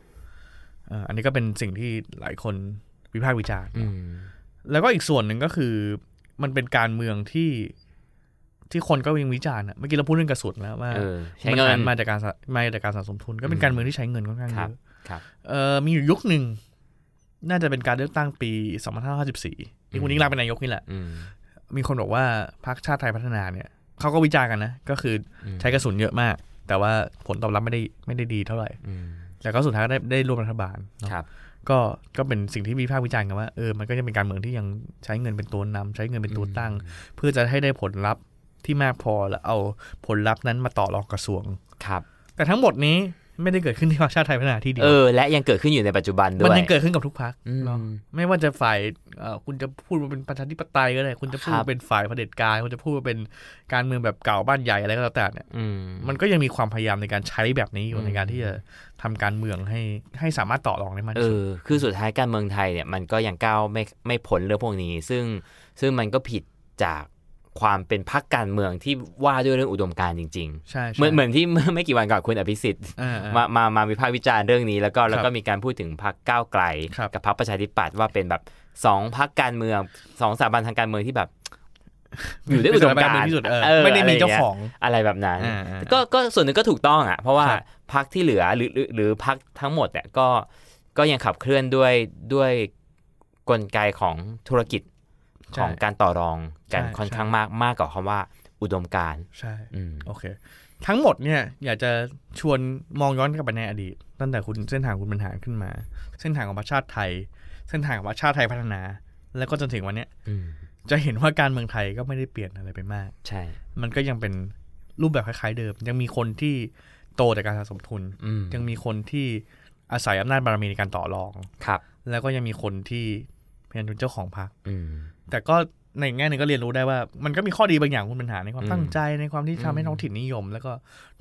Speaker 2: เอ่ออันนี้ก็เป็นสิ่งที่หลายคนวิพากษ์วิจารณ์
Speaker 3: อืม
Speaker 2: แล้วก็อีกส่วนหนึ่งก็คือมันเป็นการเมืองที่ที่คนก็ยังวิจารณ์อะเมื่อกี้เราพูดเรื่องกระสุนแล้วว่า
Speaker 3: เออ ใช้
Speaker 2: มัน
Speaker 3: เงิ
Speaker 2: หั
Speaker 3: น
Speaker 2: นมาจากการสะมาจากการสะสมทุนก็เป็นการเมืองที่ใช้เงินค่อนข้างเย
Speaker 3: ครับ
Speaker 2: อะ
Speaker 3: ครับ
Speaker 2: เออมีอยู่ยุคหนึ่ง น่าจะเป็นการเลือกตั้งปี 2554ที่คุณยิ่งรักษณ์เป็นนายกนี่แหละ
Speaker 3: อืม
Speaker 2: มีคนบอกว่าพรรคชาติไทยพัฒนาเนี่ยเขาก็วิจารณ์กันนะ ก็คือ
Speaker 3: อืม
Speaker 2: ใช้กระสุนเยอะมาก แต่ว่าผลตอบรับไม่ได้ไม่ได้ดีเท่าไหร่
Speaker 3: อืม
Speaker 2: แต่ก็สุดท้ายก็ได้ได้ร่วมรัฐบาลเนอะ
Speaker 3: ครับ
Speaker 2: ก็ก็เป็นสิ่งที่วิพากษ์วิจารณ์กันว่าเออมันก็จะเป็นการเมืองที่ยังใช้เงินเป็นตัวนำใช้เงินเป็นตัวตั้ง เพื่อจะให้ได้ผลลัพธ์ที่มากพอแล้วเอาผลลัพธ์นั้นมาต่อรองกระทรวง
Speaker 3: ครับ
Speaker 2: แต่ทั้งหมดนี้ไม่ได้เกิดขึ้นที่พรรคชาติไทยพัฒนาที่เดีย
Speaker 3: เอ
Speaker 2: ว
Speaker 3: อ และยังเกิดขึ้นอยู่ในปัจจุบันด้
Speaker 2: มัน
Speaker 3: วย
Speaker 2: ยังเกิดขึ้นกับทุกพรรค
Speaker 3: อืม
Speaker 2: เนาะไม่ว่าจะฝ่ายเอ่อคุณจะพูดว่าเป็นประชาธิปไตยก็ได้คุณจะพูด
Speaker 3: ครับ
Speaker 2: ว่าเป็นฝ่ายเผด็จการคุณจะพูดว่าเป็นการเมืองแบบเก่าบ้านใหญ่อะไรก็แล้วแต่เนี่ย
Speaker 3: อืม
Speaker 2: มันก็ยังมีความพยายามในการใช้แบบนี้อ
Speaker 3: อื
Speaker 2: ยู่
Speaker 3: ม
Speaker 2: ในการที่จะทำการเมืองให้ให้สามารถต่อรองได้มาก
Speaker 3: เอ
Speaker 2: ที่สุด
Speaker 3: อ คือสุดท้ายการเมืองไทยเนี่ยมันก็ยังก้าวไม่ไม่พ้นเรื่องพวกนี้ ซึ่งซึ่งมันก็ผิดจากความเป็นพรรคการเมืองที่ว่าด้วยเรื่องอุดมการณ์จริง
Speaker 2: ใช่
Speaker 3: ๆ
Speaker 2: ใช่
Speaker 3: เหมือนเหมือนที่เมื่อ ไม่กี่วันก่อนคุณอภิสิทธิ์
Speaker 2: อ่ๆ
Speaker 3: มามามาวิพากษ์วิจารณ์เรื่องนี้แล้วก็แล้ว
Speaker 2: ค
Speaker 3: ก็
Speaker 2: รับ
Speaker 3: มีการพูดถึงพรรคก้าวไกล
Speaker 2: ครับ
Speaker 3: กับพรรคประชาธิปัตย์ว่าเป็นแบบสองพรรคการเมืองสองสถาบันทางการเมืองที่แบบ อยู่ด้วยอุดมการณ์
Speaker 2: เป็นสถบันเงที่สุดเออ
Speaker 3: เออ
Speaker 2: ไม่ได้มี
Speaker 3: อะไรอย่างเงี้ย
Speaker 2: เจ้าของ
Speaker 3: อะไรแบบนั้น
Speaker 2: อ่าๆ
Speaker 3: ก็ก็ส่วนหนึ่งก็ถูกต้องอ่ะ เพราะว่า
Speaker 2: ครับ
Speaker 3: พักที่เหลือหรือหรือหรือพักทั้งหมดเนี่ยก็ก็ยังขับเคลื่อนด้วยด้วยกลไกของธุรกิจ
Speaker 2: ใช่
Speaker 3: ของการต่อรองกัน
Speaker 2: ใช่
Speaker 3: ค่อน
Speaker 2: ใช่
Speaker 3: ข้างมากมากกว่าคำว่าอุดมการณ์
Speaker 2: ใช่
Speaker 3: อืม
Speaker 2: โอเค ทั้งหมดเนี่ยอยากจะชวนมองย้อนกลับไปในอดีต ตั้งแต่คุณเส้นทางคุณบรรหารขึ้นมา เส้นทางของประชาติไทย เส้นทางของประชาติไทยพัฒนา แล้วก็จนถึงวันเนี้ย
Speaker 3: อืม
Speaker 2: จะเห็นว่าการเมืองไทยก็ไม่ได้เปลี่ยนอะไรไปมาก
Speaker 3: ใช่
Speaker 2: มันก็ยังเป็นรูปแบบคล้ายๆเดิม ยังมีคนที่โตจากการสะสมทุน
Speaker 3: อืม
Speaker 2: ยังมีคนที่อาศัยอำนาจบารมีในการต่อรอง
Speaker 3: ครับ
Speaker 2: แล้วก็ยังมีคนที่เป็นเจ้าของพรรค
Speaker 3: อืม
Speaker 2: แต่ก็ในแง่หนึ่งก็เรียนรู้ได้ว่า มันก็มีข้อดีบางอย่างของคุณปัญหาในความ
Speaker 3: อืม
Speaker 2: ตั้งใจในความที่ทำให้
Speaker 3: อืม
Speaker 2: ท้องถิ่นนิยม แล้วก็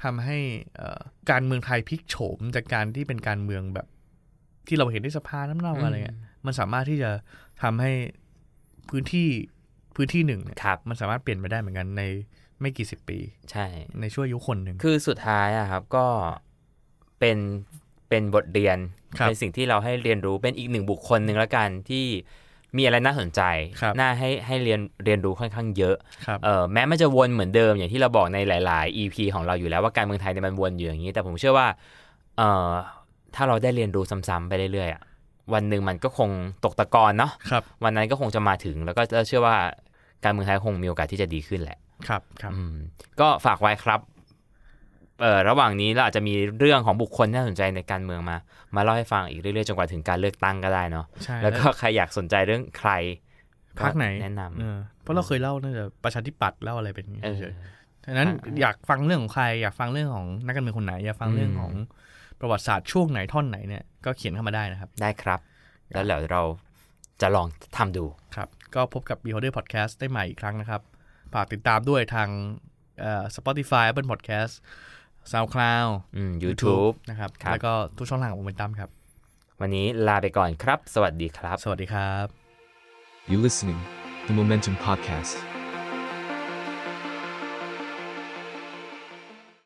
Speaker 2: ทำให้เอ่อการเมืองไทยพลิกโฉมจากการที่เป็นการเมืองแบบ ที่เราเห็นในสภาน้ำเน่าอะไรเงี้ยมันสามารถที่จะทำให้พื้นที่พื้นที่หนึ่งเนี่ย
Speaker 3: ครับ
Speaker 2: มันสามารถเปลี่ยนไปได้เหมือนกันในไม่กี่สิบปี
Speaker 3: ใช่
Speaker 2: ในช่วอายุคนหนึ่ง
Speaker 3: คือสุดท้ายอะครับก็เป็นเป็นบทเรียน
Speaker 2: ครับ
Speaker 3: เป็นสิ่งที่เราให้เรียนรู้เป็นอีกหนึ่งบุคคลหนึ่งละกันที่มีอะไรน่าสนใจ
Speaker 2: ครับ
Speaker 3: น่าให้ให้เรียนเรียนรู้ค่อนข้างเยอะ
Speaker 2: ครับ
Speaker 3: เออแม้มันจะวนเหมือนเดิมอย่างที่เราบอกในหลาย ๆ EP ของเราอยู่แล้วว่าการเมืองไทยเนี่ยมันวนอยู่อย่างนี้ แต่ผมเชื่อว่าเออถ้าเราได้เรียนรู้ซ้ำๆไปเรื่อยๆอะวันหนึ่งมันก็คงตกตะกอนเนาะ
Speaker 2: ครับ
Speaker 3: วันนั้นก็คงจะมาถึง แล้วก็เชื่อว่าการเมืองไทยคงมีโอกาสที่จะดีขึ้นแหละ
Speaker 2: ครับครับ
Speaker 3: อืมก็ฝากไว้ครับ เอ่อระหว่างนี้เราอาจจะมีเรื่องของบุคคลที่น่าสนใจในการเมืองมา มาเล่าให้ฟังอีกเรื่อยๆจนกว่าถึงการเลือกตั้งก็ได้เนาะ
Speaker 2: ใช่
Speaker 3: แล้วก็ใครอยากสนใจเรื่องใคร
Speaker 2: พักไหน
Speaker 3: แนะน
Speaker 2: เออเพราะเราเคยเล่าน่าจะประชาธิปัตย์เล่าอะไรเป็นอย่าง
Speaker 3: ำ
Speaker 2: งี้
Speaker 3: เออ
Speaker 2: เฉย ฉะนั้น
Speaker 3: อ่า
Speaker 2: อยากฟังเรื่องของใครอยากฟังเรื่องของนักการเมืองคนไหน อยากฟังเรื่อง
Speaker 3: อืม
Speaker 2: ของประวัติศาสตร์ช่วงไหนท่อนไหนเนี่ยก็เขียนเข้ามาได้นะครับ
Speaker 3: ได้ครับ แล้วเดี๋ยวเราจะลองทำดู
Speaker 2: ครับ ก็พบกับ Beholder Podcast ได้ใหม่อีกครั้งนะครับ ฝากติดตามด้วยทางเอ่อ Spotify Apple Podcast SoundCloud
Speaker 3: อืม YouTube
Speaker 2: นะครับ
Speaker 3: ครับ
Speaker 2: แล้วก็ทุกช่องทางของโมเมนตัมครับ
Speaker 3: วันนี้ลาไปก่อนครับ สวัสดีครับ
Speaker 2: สวัสดีครับ
Speaker 1: You listening, the Momentum Podcast.